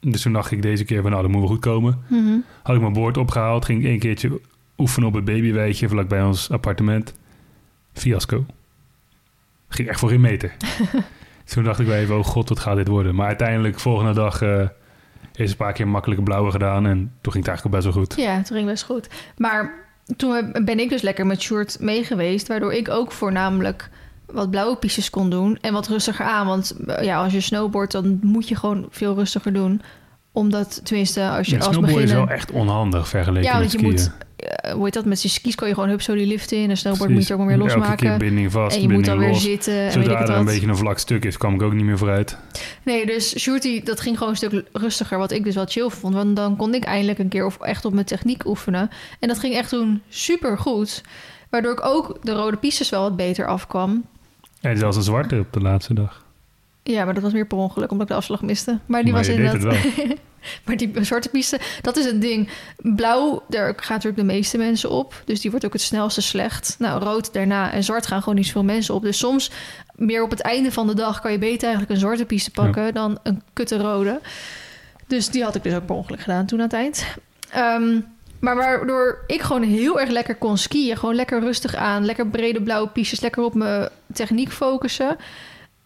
Dus toen dacht ik deze keer van, nou, dat moet wel goed komen. Mhm. Had ik mijn boord opgehaald, ging ik één keertje oefenen op het babyweidje vlakbij ons appartement. Fiasco. Ging echt voor geen meter. Toen dacht ik bij even, oh god, wat gaat dit worden? Maar uiteindelijk, volgende dag, eh is een paar keer makkelijke blauwe gedaan. En toen ging het eigenlijk best wel goed. Ja, het ging best goed. Maar toen heb- ben ik dus lekker met Sjoerd mee geweest, waardoor ik ook voornamelijk wat blauwe pistes kon doen en wat rustiger aan. Want eh, ja, als je snowboardt, dan moet je gewoon veel rustiger doen. Omdat, tenminste, als je Ja, als snowboarden is wel beginner... echt onhandig vergeleken Ja, met want je skiën. moet, eh, hoe heet dat, met je skis kan je gewoon hup zo die lift in. Een snowboard Precies. moet je ook maar weer Elke keer losmaken. binding vast, En je moet binding dan weer los. zitten en weet ik Zodra het er een wat. beetje een vlak stuk is, kwam ik ook niet meer vooruit. Nee, dus Sjoerd, die- dat ging gewoon een stuk rustiger. Wat ik dus wel chill vond. Want dan kon ik eindelijk een keer of echt op mijn techniek oefenen. En dat ging echt toen super goed. Waardoor ik ook de rode pistes wel wat beter afkwam. En zelfs een zwarte op de laatste dag. Ja, maar dat was meer per ongeluk, omdat ik de afslag miste. Maar die Maar was je deed inderdaad... maar die zwarte piste, dat is een ding. Blauw, daar gaan natuurlijk de meeste mensen op. Dus die wordt ook het snelste slecht. Nou, rood daarna en zwart gaan gewoon niet zoveel mensen op. Dus soms, meer op het einde van de dag... kan je beter eigenlijk een zwarte piste pakken dan een kutte rode. Dus die had ik dus ook per ongeluk gedaan toen aan het eind. Ehm, maar waardoor ik gewoon heel erg lekker kon skiën. Gewoon lekker rustig aan. Lekker brede blauwe pistes. Lekker op mijn techniek focussen.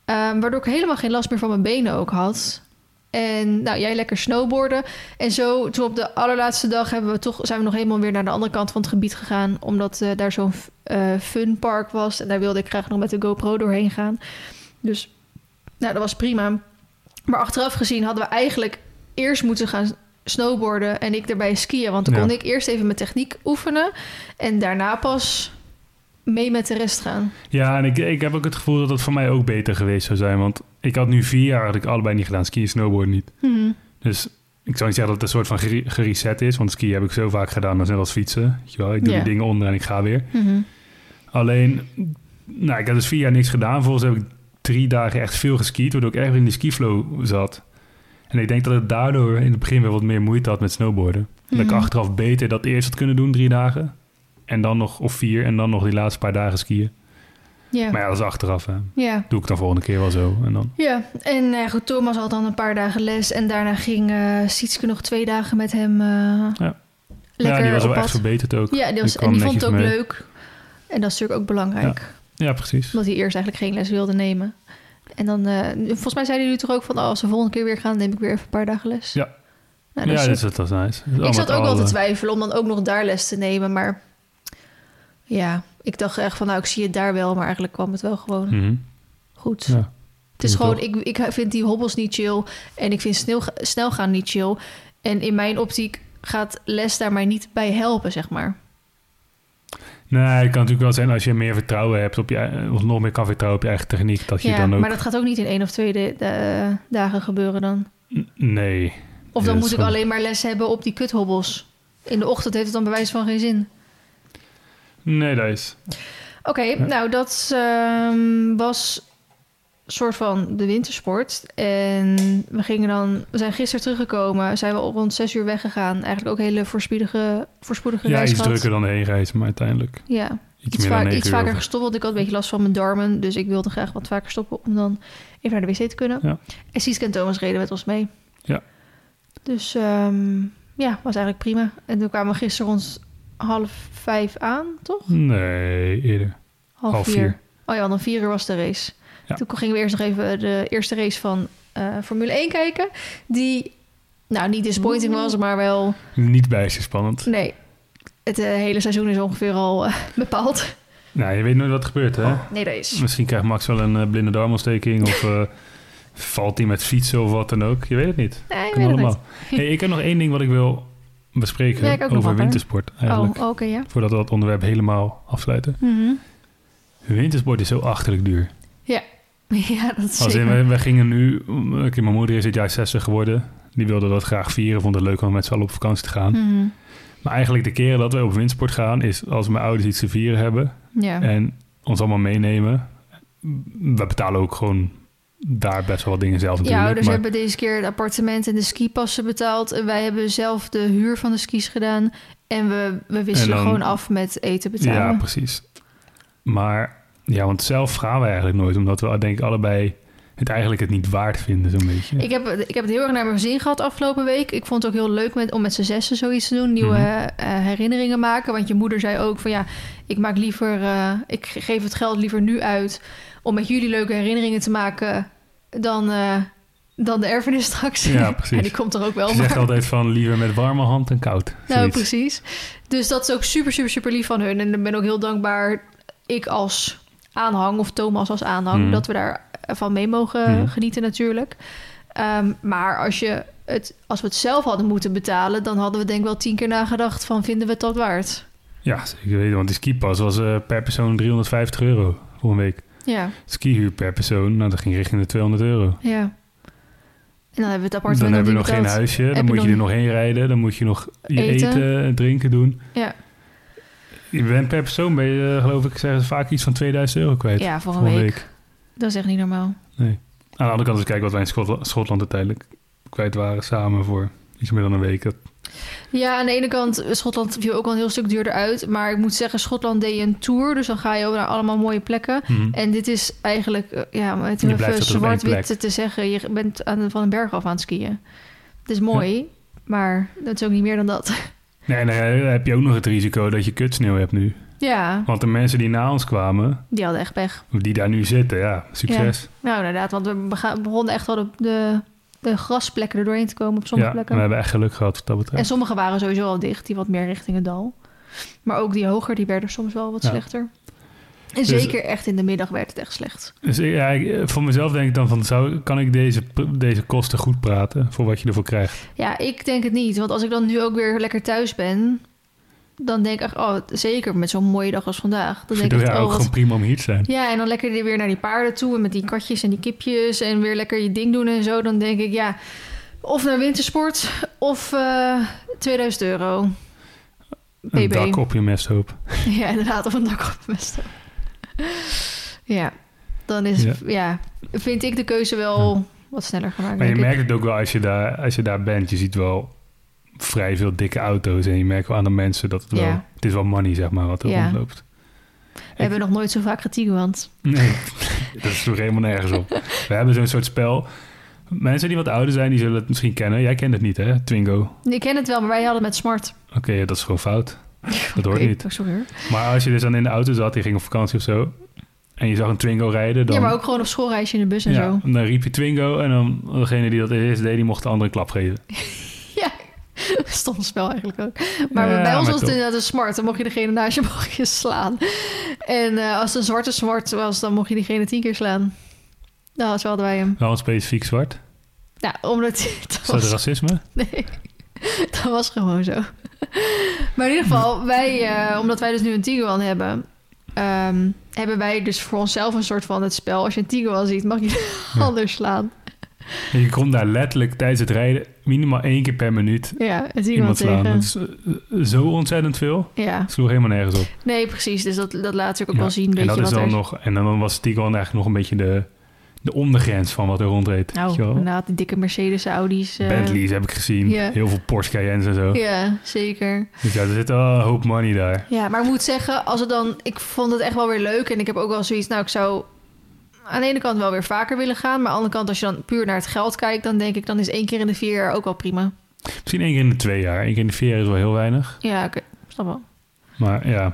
Ehm, waardoor ik helemaal geen last meer van mijn benen ook had. En nou, jij lekker snowboarden. En zo, toen op de allerlaatste dag hebben we toch, zijn we nog helemaal weer naar de andere kant van het gebied gegaan. Omdat eh, daar zo'n eh funpark was. En daar wilde ik graag nog met de GoPro doorheen gaan. Dus nou, dat was prima. Maar achteraf gezien hadden we eigenlijk eerst moeten gaan snowboarden en ik daarbij skiën. Want dan Ja. kon ik eerst even mijn techniek oefenen. En daarna pas mee met de rest gaan. Ja, en ik, ik heb ook het gevoel dat dat voor mij ook beter geweest zou zijn. Want ik had nu vier jaar had ik allebei niet gedaan. Ski en snowboard niet. Dus ik zou niet zeggen dat het een soort van gere- gereset is. Want ski heb ik zo vaak gedaan, dat is net als fietsen. Weet je wel, ik doe Ja. die dingen onder en ik ga weer. Mhm. Alleen, nou, ik had dus vier jaar niks gedaan. Volgens heb ik drie dagen echt veel geskiet, waardoor ik echt weer in die skiflow zat. En ik denk dat het daardoor in het begin wel wat meer moeite had met snowboarden. Dat ik Mhm. achteraf beter dat eerst had kunnen doen, drie dagen. En dan nog, of vier, en dan nog die laatste paar dagen skiën. Ja. Maar ja, dat is achteraf, hè. ja. Doe ik dan volgende keer wel zo. En dan... Ja, en eh, goed, Thomas had dan een paar dagen les. En daarna ging eh Sietske nog twee dagen met hem eh, lekker ja, die was op wel pad. echt verbeterd ook. ja, die, was, kwam en die vond het ook netjes mee. leuk. En dat is natuurlijk ook belangrijk. Ja, precies. Omdat hij eerst eigenlijk geen les wilde nemen. En dan, eh, volgens mij zeiden jullie toch ook van... Oh, als we volgende keer weer gaan, neem ik weer even een paar dagen les. Ja. Nou, dat ja, is dus dat was nice. Dat is Ik allemaal zat ook wel oude- te twijfelen om dan ook nog daar les te nemen, maar ja, ik dacht echt van nou, ik zie het daar wel, maar eigenlijk kwam het wel gewoon Mhm, goed. ja. het is ik gewoon, ik, ik vind die hobbels niet chill en ik vind snel, snel gaan niet chill. En in mijn optiek gaat les daar mij niet bij helpen, zeg maar. Nee, het kan natuurlijk wel zijn als je meer vertrouwen hebt op je... Of nog meer kan vertrouwen op je eigen techniek, dat je ja, dan ook... maar dat gaat ook niet in één of twee de- de- dagen gebeuren dan. N- Nee. Of Ja, dat dan moet is ik gewoon- alleen maar les hebben op die kuthobbels. In de ochtend heeft het dan bij wijze van geen zin. Nee, dat is... Oké, nou dat ehm, was soort van de wintersport. En we gingen dan, we zijn gisteren teruggekomen, zijn we rond zes uur weggegaan. Eigenlijk ook hele voorspoedige, voorspoedige Ja, reis iets gehad. drukker dan de heenreis, maar uiteindelijk Ja, iets, iets, meer dan vaak, negen iets uur vaker over. gestopt, want ik had een beetje last van mijn darmen. Dus ik wilde graag wat vaker stoppen om dan even naar de wc te kunnen. Ja. En Sietske en Thomas reden met ons mee. Ja. Dus ehm, ja, was eigenlijk prima. En toen kwamen we gisteren rond half vijf aan, toch? Nee, eerder. Half, Half vier. vier. Oh ja, want om vier uur was de race. Ja. Toen gingen we eerst nog even de eerste race van eh, Formule 1 kijken. Die, nou niet disappointing was, maar wel... Niet bijster spannend. Nee, het eh, hele seizoen is ongeveer al eh, bepaald. Nou, je weet nooit wat er gebeurt, hè? Hm. Nee, dat is... Misschien krijgt Max wel een eh, blinde darmontsteking of eh, valt hij met fietsen of wat dan ook. Je weet het niet. Nee, ik Kan weet het allemaal. Hey, ik heb nog één ding wat ik wil bespreken Ja, ik ook nog over wat, hè? wintersport niet. Oh, eigenlijk. oké, ja. Voordat we dat onderwerp helemaal afsluiten. Mhm. Wintersport is zo achterlijk duur. Ja, dat is Als in, zeker. wij, wij gingen nu... oké, mijn moeder is dit jaar 60 geworden. Die wilde dat graag vieren. Vond het leuk om met z'n allen op vakantie te gaan. Mhm. Maar eigenlijk de keren dat we op windsport gaan... is als mijn ouders iets te vieren hebben... Ja. en ons allemaal meenemen. We betalen ook gewoon daar best wel wat dingen zelf Je natuurlijk. ouders maar dus hebben deze keer het appartement en de skipassen betaald. En wij hebben zelf de huur van de skis gedaan. En we, we wisselen En dan- gewoon af met eten Ja, betalen. precies. Maar ja, want zelf gaan we eigenlijk nooit, omdat we denk ik allebei het eigenlijk het niet waard vinden zo'n beetje. Ik heb, ik heb het heel erg naar mijn zin gehad afgelopen week. Ik vond het ook heel leuk met, om met z'n zessen zoiets te doen. Nieuwe Mhm. eh, herinneringen maken. Want je moeder zei ook van ja, ik maak liever... eh, ik ge- geef het geld liever nu uit om met jullie leuke herinneringen te maken... dan, eh, dan de erfenis straks. Ja, precies. en die komt er ook wel. Ze zegt maar- altijd van liever met warme hand dan koud. nou, Zoiets. precies. Dus dat is ook super, super, super lief van hun. En ik ben ook heel dankbaar, ik als aanhang of Thomas als aanhang, Mhm. dat we daarvan mee mogen Mhm. genieten natuurlijk. Ehm, maar als, je het, als we het zelf hadden moeten betalen, dan hadden we denk ik wel tien keer nagedacht van vinden we het dat waard? Ja, zeker weten, want die skipas was eh, per persoon 350 euro voor een week. Ja, Skihuur per persoon, nou dat ging richting de 200 euro. ja. En dan hebben we het appartement Dan heb je niet nog geen betaald. huisje, dan je moet je nog- er nog heen rijden, dan moet je nog je Eten. eten en drinken doen. Ja. Je bent per persoon, ben je, eh, geloof ik, zeggen ze vaak iets van 2000 euro kwijt. Ja, voor een voor week. Dat is echt niet normaal. Aan de andere kant, als kijken wat wij in Schotla- Schotland uiteindelijk kwijt waren samen voor iets meer dan een week. Dat, Ja, aan de ene kant, Schotland viel ook wel een heel stuk duurder uit. Maar ik moet zeggen, Schotland deed een tour. Dus dan ga je ook naar allemaal mooie plekken. En dit is eigenlijk, eh, ja, om het Je blijft even altijd op één zwart-wit te zeggen, je bent aan, van een berg af aan het skiën. Het is mooi, maar dat is ook niet meer dan dat. Nee, en dan heb je ook nog het risico dat je kutsneeuw hebt nu. ja, Want de mensen die na ons kwamen, die hadden echt pech. of die daar nu zitten, ja, succes. Nou, inderdaad, want we bega- begonnen echt wel op de de grasplekken er doorheen te komen op sommige ja, plekken. we hebben echt geluk gehad wat dat betreft. En sommige waren sowieso al dicht, die wat meer richting het dal. Maar ook die hoger, die werden soms wel wat Ja. slechter. En Dus- zeker echt in de middag werd het echt slecht. Dus ik- ja, ik- voor mezelf denk ik dan van, zou, kan ik deze, pr- deze kosten goed praten voor wat je ervoor krijgt? Ja, ik denk het niet. Want als ik dan nu ook weer lekker thuis ben... dan denk ik echt, oh, zeker met zo'n mooie dag als vandaag. Dan ik denk vind ik, het echt, ook oh, wat- gewoon prima om hier te zijn. Ja, en dan lekker weer naar die paarden toe... en met die katjes en die kipjes... en weer lekker je ding doen en zo. Dan denk ik, ja, of naar wintersport... of eh 2000 euro. Een PB. dak op je mesthoop. Ja, inderdaad, of een dak op pesten. Ja, dan is, Ja. ja. vind ik de keuze wel wat sneller gemaakt. Maar je denk ik. merkt het ook wel als je, daar, als je daar bent. Je ziet wel vrij veel dikke auto's. En je merkt wel aan de mensen dat het wel... Ja. Het is wel money, zeg maar, wat er Ja. rondloopt. We hebben nog nooit zo vaak kritiek, want Nee, dat is toch helemaal nergens op. We hebben zo'n soort spel. Mensen die wat ouder zijn, die zullen het misschien kennen. Jij kent het niet, hè? Twingo. Oké, ik ken het wel, maar wij hadden met smart. ja, dat is gewoon fout. Dat hoort Oké, niet. oh, sorry hoor. Maar als je dus dan in de auto zat, die ging op vakantie of zo... en je zag een Twingo rijden, dan... Ja, maar ook gewoon op schoolreisje in de bus en Ja, zo. dan riep je Twingo en dan degene die dat eerst deed, die mocht de andere een klap geven. Ja, stom spel eigenlijk ook. Maar Ja, bij maar ons was het toch. inderdaad een smart. Dan mocht je degene naast je mocht je slaan. En eh, als het een zwarte smart was, dan mocht je diegene tien keer slaan. Nou, zo hadden wij hem. Wel een specifiek zwart. Nou, omdat het Is dat was racisme? Nee, dat was gewoon zo. Maar in ieder geval, wij, eh, omdat wij dus nu een Tiguan hebben, ehm, hebben wij dus voor onszelf een soort van het spel. Als je een Tiguan ziet, mag je Ja. anders slaan. Je komt daar letterlijk tijdens het rijden minimaal één keer per minuut Ja, een Tiguan iemand slaan. tegen. Dat is eh, zo ontzettend veel. Ja, Het sloeg helemaal nergens op. nee, precies. Dus dat, dat laat ik ook Ja, wel zien. Een en beetje dat is wat dan er... nog. En dan was Tiguan eigenlijk nog een beetje de, de ondergrens van wat er rondreed. weet je Nou, wel? inderdaad, die dikke Mercedes, Audi's. eh, Bentleys heb ik gezien. ja. Heel veel Porsche Cayennes en zo. Ja, zeker. Dus ja, er zit wel een hoop money daar. Ja, maar ik moet zeggen, als het dan, ik vond het echt wel weer leuk. En ik heb ook wel zoiets, nou, ik zou aan de ene kant wel weer vaker willen gaan. Maar aan de andere kant, als je dan puur naar het geld kijkt, dan denk ik, dan is één keer in de vier jaar ook wel prima. Misschien één keer in de twee jaar. Eén keer in de vier jaar is wel heel weinig. Ja, oké, snap wel. Maar ja.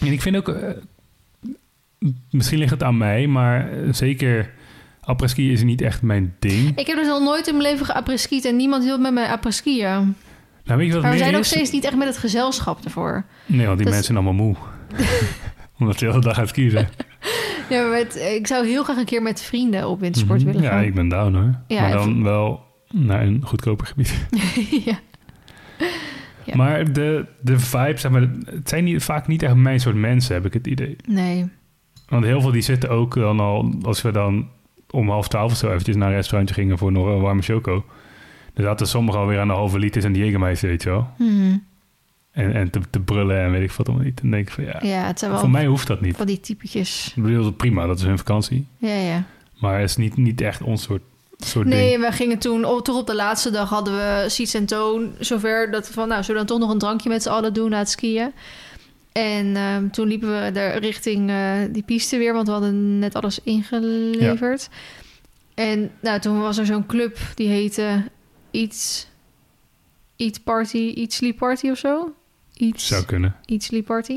En ik vind ook. eh, m- misschien ligt het aan mij, maar eh, zeker. Apres-ski is niet echt mijn ding. Ik heb dus al nooit in mijn leven geapreskiet en niemand wil met mij apreskiën. Nou, weet je wat Maar we meer zijn ook is? steeds niet echt met het gezelschap ervoor. Nee, want die dat is- mensen zijn allemaal moe. Omdat ze de hele dag aan het skiën zijn. Ja, maar met- ik zou heel graag een keer met vrienden op wintersport Mhm. willen Ja, gaan. ik ben down hoor. Ja, maar ik dan vind- wel naar een goedkoper gebied. ja. Ja. Maar de, de vibe, zeg maar, het zijn niet, vaak niet echt mijn soort mensen, heb ik het idee. Nee. Want heel veel die zitten ook dan al, als we dan om half twaalf of zo eventjes naar een restaurantje gingen voor nog een warme choco. Dan zaten sommigen alweer aan de halve liters en die Jägermeister, weet je wel. Hm. En, en te, te brullen en weet ik wat allemaal niet. Dan denk ik van ja, Ja, het zijn wel voor mij hoeft dat niet. van die typetjes. Ik bedoel, dat prima, dat is hun vakantie. Ja, ja. Maar het is niet, niet echt ons soort, soort ding. Nee, we gingen toen, oh, toch op de laatste dag hadden we Siets en Toon zover dat we van, nou, zullen we dan toch nog een drankje met z'n allen doen na het skiën? En ehm, toen liepen we daar richting eh, die piste weer, want we hadden net alles ingeleverd. En nou, toen was er zo'n club die heette iets, iets party, iets sleep party of zo. Iets Zou kunnen. iets Sleep Party.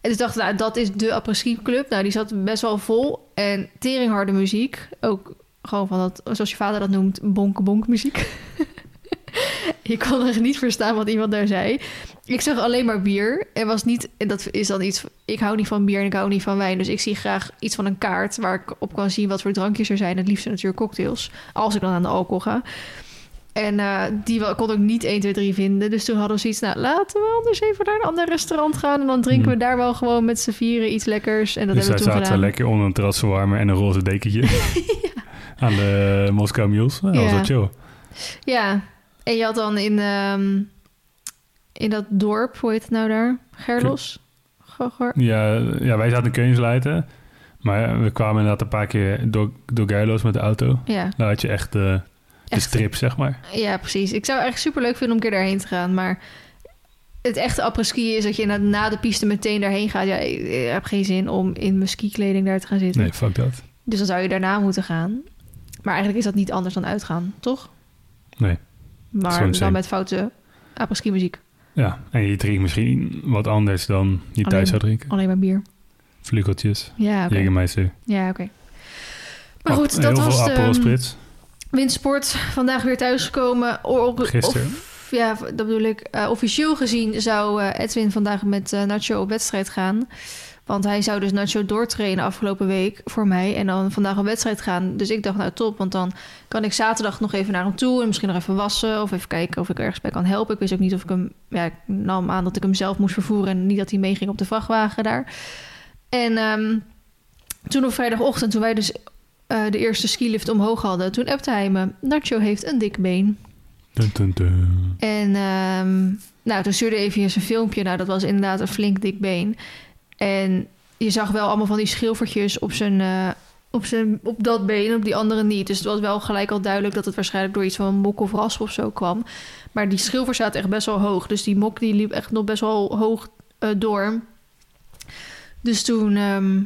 En dus dacht ik, nou, dat is de apres-ski club. Nou, die zat best wel vol. En teringharde muziek. Ook gewoon van dat, zoals je vader dat noemt, bonk-bonk muziek. je kon er niet verstaan wat iemand daar zei. Ik zag alleen maar bier. En was niet, en dat is dan iets, ik hou niet van bier en ik hou niet van wijn. Dus ik zie graag iets van een kaart waar ik op kan zien wat voor drankjes er zijn. Het liefst natuurlijk cocktails. Als ik dan aan de alcohol ga. En eh, die wel- kon ik niet 1, 2, 3 vinden. Dus toen hadden we zoiets, nou laten we anders even naar een ander restaurant gaan. En dan drinken we Hmm. daar wel gewoon met z'n vieren iets lekkers. En dat dus daar hebben we toen zaten we gedaan. lekker onder een terras verwarmen en een roze dekentje. Aan de Moskou Mules. Nou, Dat was Ja. wel chill. Ja, en je had dan in, ehm, in dat dorp, hoe heet het nou daar? Gerlos? Gogor? Ja, ja, wij zaten in Keunsluiten. Maar we kwamen inderdaad een paar keer door, door Geirloos met de auto. Ja, Daar had je echt, eh, de Echt? strip, zeg maar. ja, precies. Ik zou het echt super leuk vinden om een keer daarheen te gaan, maar... Het echte apres-ski is dat je na, na de piste meteen daarheen gaat. Ja, ik, ik heb geen zin om in mijn skikleding daar te gaan zitten. Nee, fuck dat. Dus dan zou je daarna moeten gaan. Maar eigenlijk is dat niet anders dan uitgaan, toch? Nee. Maar Zo dan insane. met foute apres-ski muziek. Ja, en je drinkt misschien wat anders dan je Alleen- thuis zou drinken. Alleen maar bier. Vlugeltjes, Ja, oké. Jägermeister. Ja, oké. Maar Ap- goed, dat Heel was veel ehm, de... Aperol Spritz. Windsport, vandaag weer thuisgekomen. O- o- of- Gisteren. ja, dat bedoel ik. eh, officieel gezien zou eh, Edwin vandaag met eh, Nacho op wedstrijd gaan. Want hij zou dus Nacho doortrainen afgelopen week voor mij. En dan vandaag op wedstrijd gaan. Dus ik dacht, nou top. Want dan kan ik zaterdag nog even naar hem toe. En misschien nog even wassen. Of even kijken of ik ergens bij kan helpen. Ik wist ook niet of ik hem... Ja, ik nam aan dat ik hem zelf moest vervoeren. En niet dat hij meeging op de vrachtwagen daar. En ehm, toen op vrijdagochtend, toen wij dus eh, de eerste skilift omhoog hadden... toen appte hij me, Nacho heeft een dik been. Dun, dun, dun. En ehm, nou, toen stuurde even eens een filmpje. Nou, dat was inderdaad een flink dik been. En je zag wel allemaal van die schilfertjes op zijn... eh, op, zijn, op dat been, op die andere niet. Dus het was wel gelijk al duidelijk dat het waarschijnlijk door iets van een mok of rasp of zo kwam. Maar die schilfer staat echt best wel hoog. Dus die mok die liep echt nog best wel hoog eh, door. Dus toen ehm,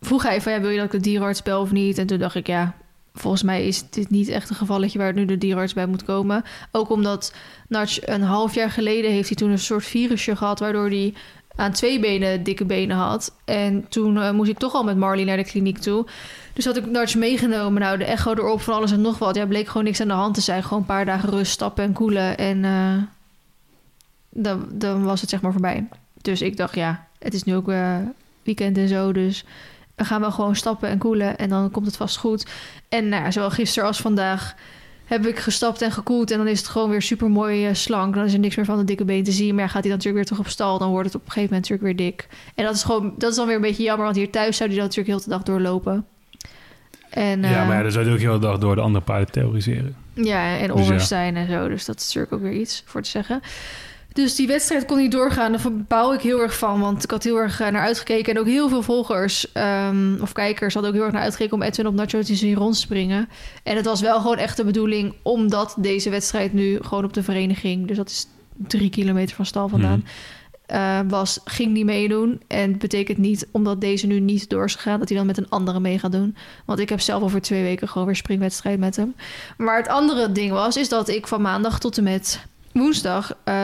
vroeg hij van ja, wil je dat ik de dierenarts bel of niet? En toen dacht ik ja, volgens mij is dit niet echt een gevalletje waar nu de dierenarts bij moet komen. Ook omdat Natch een half jaar geleden heeft hij toen een soort virusje gehad, waardoor hij aan twee benen dikke benen had. En toen eh, moest ik toch al met Marley naar de kliniek toe. Dus had ik Natch meegenomen. Nou, de echo erop van alles en nog wat. Ja, bleek gewoon niks aan de hand te zijn. Gewoon een paar dagen rust, stappen en koelen. En eh, dan, dan was het zeg maar voorbij. Dus ik dacht, ja, het is nu ook eh, weekend en zo. Dus we gaan wel gewoon stappen en koelen. En dan komt het vast goed. En nou, ja, zowel gisteren als vandaag heb ik gestapt en gekoeld. En dan is het gewoon weer super mooi slank. Dan is er niks meer van de dikke been te zien. Maar ja, gaat hij dan natuurlijk weer terug op stal. Dan wordt het op een gegeven moment natuurlijk weer dik. En dat is gewoon, dat is dan weer een beetje jammer. Want hier thuis zou hij dat natuurlijk heel de dag doorlopen. En, Ja, eh, maar ja, dan zou je ook heel de dag door de andere paarden terroriseren. ja, en Dus ja. onrust zijn en zo. Dus dat is natuurlijk ook weer iets voor te zeggen. Dus die wedstrijd kon niet doorgaan. Daar bouw ik heel erg van. Want ik had heel erg eh, naar uitgekeken. En ook heel veel volgers ehm, of kijkers hadden ook heel erg naar uitgekeken... om Edwin op Nacho te zien rondspringen. En het was wel gewoon echt de bedoeling... omdat deze wedstrijd nu gewoon op de vereniging... dus dat is drie kilometer van stal vandaan... Mhm. eh, was, ging die meedoen. En het betekent niet, omdat deze nu niet door is gegaan... dat hij dan met een andere mee gaat doen. Want ik heb zelf over twee weken gewoon weer springwedstrijd met hem. Maar het andere ding was, is dat ik van maandag tot en met woensdag eh,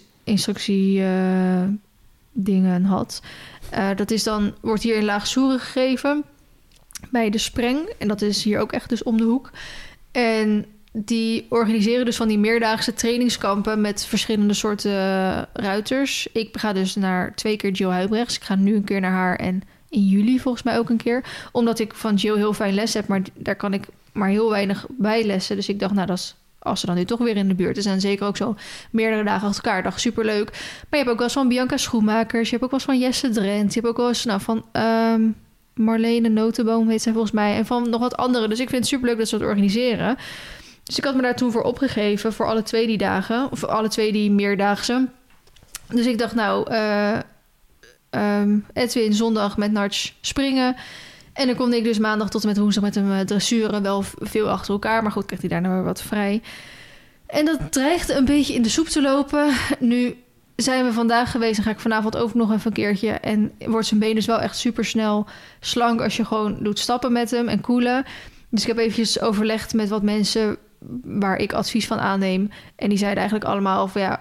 trainingsinstructie eh, dingen had. Eh, dat is dan, wordt hier in Laagsoeren gegeven bij de Spreng. En dat is hier ook echt dus om de hoek. En die organiseren dus van die meerdaagse trainingskampen met verschillende soorten eh, ruiters. Ik ga dus naar twee keer Jill Huibrechts. Ik ga nu een keer naar haar en in juli volgens mij ook een keer. Omdat ik van Jill heel fijn les heb, maar d- daar kan ik maar heel weinig bijlessen. Dus ik dacht, nou, dat is, als ze dan nu toch weer in de buurt is... en zeker ook zo meerdere dagen achter elkaar, dacht superleuk. Maar je hebt ook wel eens van Bianca Schoenmakers... je hebt ook wel eens van Jesse Drent... je hebt ook wel eens nou, van ehm, Marlene Notenboom, heet zij volgens mij... en van nog wat anderen. Dus ik vind het superleuk dat ze dat organiseren. Dus ik had me daar toen voor opgegeven voor alle twee die dagen... of alle twee die meerdaagse. Dus ik dacht, nou... eh, ehm, Edwin zondag met Narch springen... En dan kon ik dus maandag tot en met woensdag met hem eh, dressuren. Wel v- veel achter elkaar, maar goed, krijgt hij daarna weer wat vrij. En dat dreigt een beetje in de soep te lopen. Nu zijn we vandaag geweest en ga ik vanavond ook nog even een keertje. En wordt zijn been dus wel echt super snel slank als je gewoon doet stappen met hem en koelen. Dus ik heb eventjes overlegd met wat mensen waar ik advies van aanneem. En die zeiden eigenlijk allemaal van ja,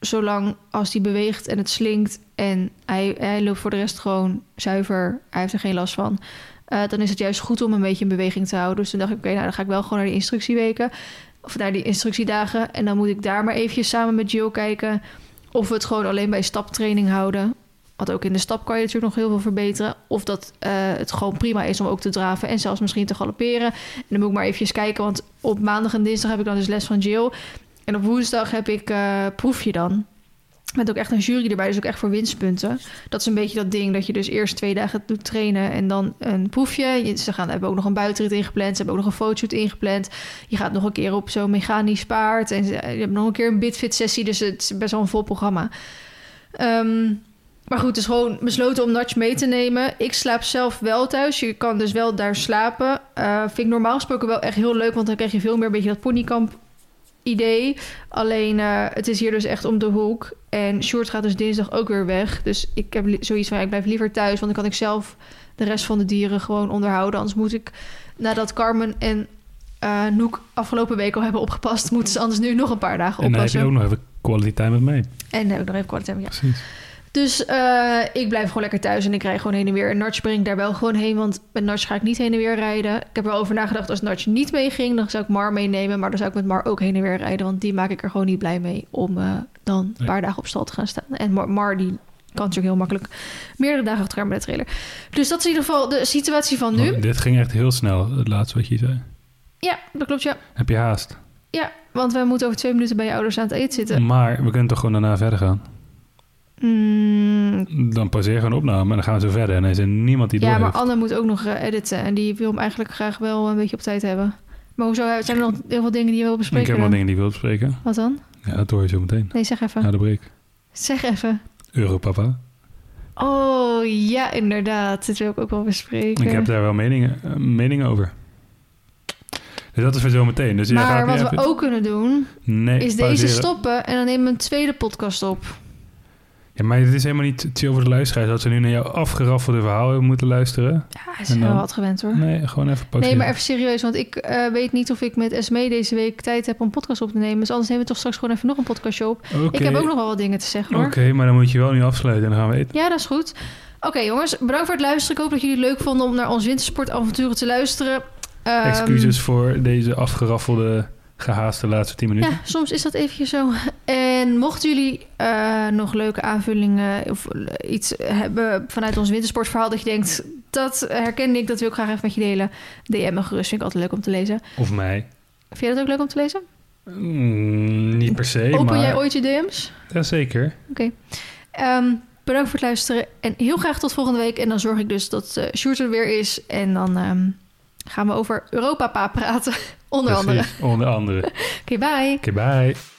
zolang als hij beweegt en het slinkt... en hij, hij loopt voor de rest gewoon zuiver, hij heeft er geen last van... eh, dan is het juist goed om een beetje in beweging te houden. Dus toen dacht ik, oké, nou dan ga ik wel gewoon naar die instructieweken... of naar die instructiedagen. En dan moet ik daar maar eventjes samen met Jill kijken... of we het gewoon alleen bij staptraining houden. Want ook in de stap kan je natuurlijk nog heel veel verbeteren. Of dat eh, het gewoon prima is om ook te draven en zelfs misschien te galopperen. En dan moet ik maar eventjes kijken, want op maandag en dinsdag heb ik dan dus les van Jill... En op woensdag heb ik eh, proefje dan. Met ook echt een jury erbij, dus ook echt voor winstpunten. Dat is een beetje dat ding dat je dus eerst twee dagen doet trainen en dan een proefje. Je- Ze gaan, hebben ook nog een buitenrit ingepland, ze hebben ook nog een fotoshoot ingepland. Je gaat nog een keer op zo'n mechanisch paard en ze- je hebt nog een keer een bitfit sessie, dus het is best wel een vol programma. Ehm, maar goed, het is gewoon besloten om Natch mee te nemen. Ik slaap zelf wel thuis. Je kan dus wel daar slapen. Eh, vind ik normaal gesproken wel echt heel leuk, want dan krijg je veel meer een beetje dat ponykamp idee. Alleen eh, het is hier dus echt om de hoek. En Short gaat dus dinsdag ook weer weg. Dus ik heb li- zoiets van, ja, ik blijf liever thuis. Want dan kan ik zelf de rest van de dieren gewoon onderhouden. Anders moet ik, nadat Carmen en eh, Noek afgelopen week al hebben opgepast... moeten ze anders nu nog een paar dagen En dan heb oppassen. je ook nog even quality time met mij. En dan heb ik nog even kwaliteit. Ja. Precies. Dus eh, ik blijf gewoon lekker thuis en ik rij gewoon heen en weer. En Natch breng ik daar wel gewoon heen, want met Natch ga ik niet heen en weer rijden. Ik heb er wel over nagedacht, als Natch niet meeging, dan zou ik Mar meenemen. Maar dan zou ik met Mar ook heen en weer rijden, want die maak ik er gewoon niet blij mee om eh, dan een Nee. paar dagen op stal te gaan staan. En Mar, Mar, die kan natuurlijk heel makkelijk meerdere dagen achter elkaar met de trailer. Dus dat is in ieder geval de situatie van nu. Want Dit ging echt heel snel, het laatste wat je zei. Ja, dat klopt, ja. Heb je haast. Ja, want wij moeten over twee minuten bij je ouders aan het eten zitten. Maar we kunnen toch gewoon daarna verder gaan? Mm, Dan passeer gewoon de opname en dan gaan we zo verder. En er is er niemand die ja, door maar heeft. Anne moet ook nog eh, editen. En die wil hem eigenlijk graag wel een beetje op tijd hebben. Maar hoezo eh, zijn er nog heel veel dingen die je wil Ik bespreken? heb nog dan? dingen die ik wil bespreken. Wat dan? Ja, dat hoor je zo meteen. Nee, zeg even. Na de break. Zeg even. Europapa. Oh ja, inderdaad. Dit wil ik ook wel bespreken. Ik heb daar wel meningen, eh, meningen over. Dus dat is voor zo meteen. Dus jij maar gaat niet wat we even- ook kunnen doen, nee, is deze pauzeren. stoppen en dan nemen we een tweede podcast op. Ja, maar dit is helemaal niet chill voor de luisteraars dat ze nu naar jouw afgeraffelde verhaal hebben moeten luisteren. Ja, dat is En dan- wel wat gewend hoor. Nee, gewoon even pauzeren. Ah. Nee, maar even serieus, want ik eh, weet niet of ik met SME deze week tijd heb om een podcast op te nemen. Dus anders nemen we toch straks gewoon even nog een podcastje op. Oké, Ik heb ook nog wel wat dingen te zeggen hoor. Oké, maar dan moet je wel nu afsluiten en dan gaan we eten. Ja, dat is goed. Oké jongens, bedankt voor het luisteren. Ik hoop dat jullie het leuk vonden om naar ons wintersportavonturen te luisteren. Ehm, Excuses voor deze afgeraffelde, gehaaste laatste 10 minuten. Ja, soms is dat eventjes zo. En mochten jullie eh, nog leuke aanvullingen of eh, iets hebben vanuit ons wintersportverhaal dat je denkt, dat herkende ik, dat wil ik graag even met je delen. DM me gerust, vind ik altijd leuk om te lezen. Of mij. Vind jij dat ook leuk om te lezen? Mm, niet per se, Open maar... jij ooit je DM's? Jazeker. Ehm, bedankt voor het luisteren en heel graag tot volgende week. En dan zorg ik dus dat eh Sjoerd er weer is en dan ehm, gaan we over Europa praten, onder andere. Precies, Onder andere. Oké, Oké, bye! bye.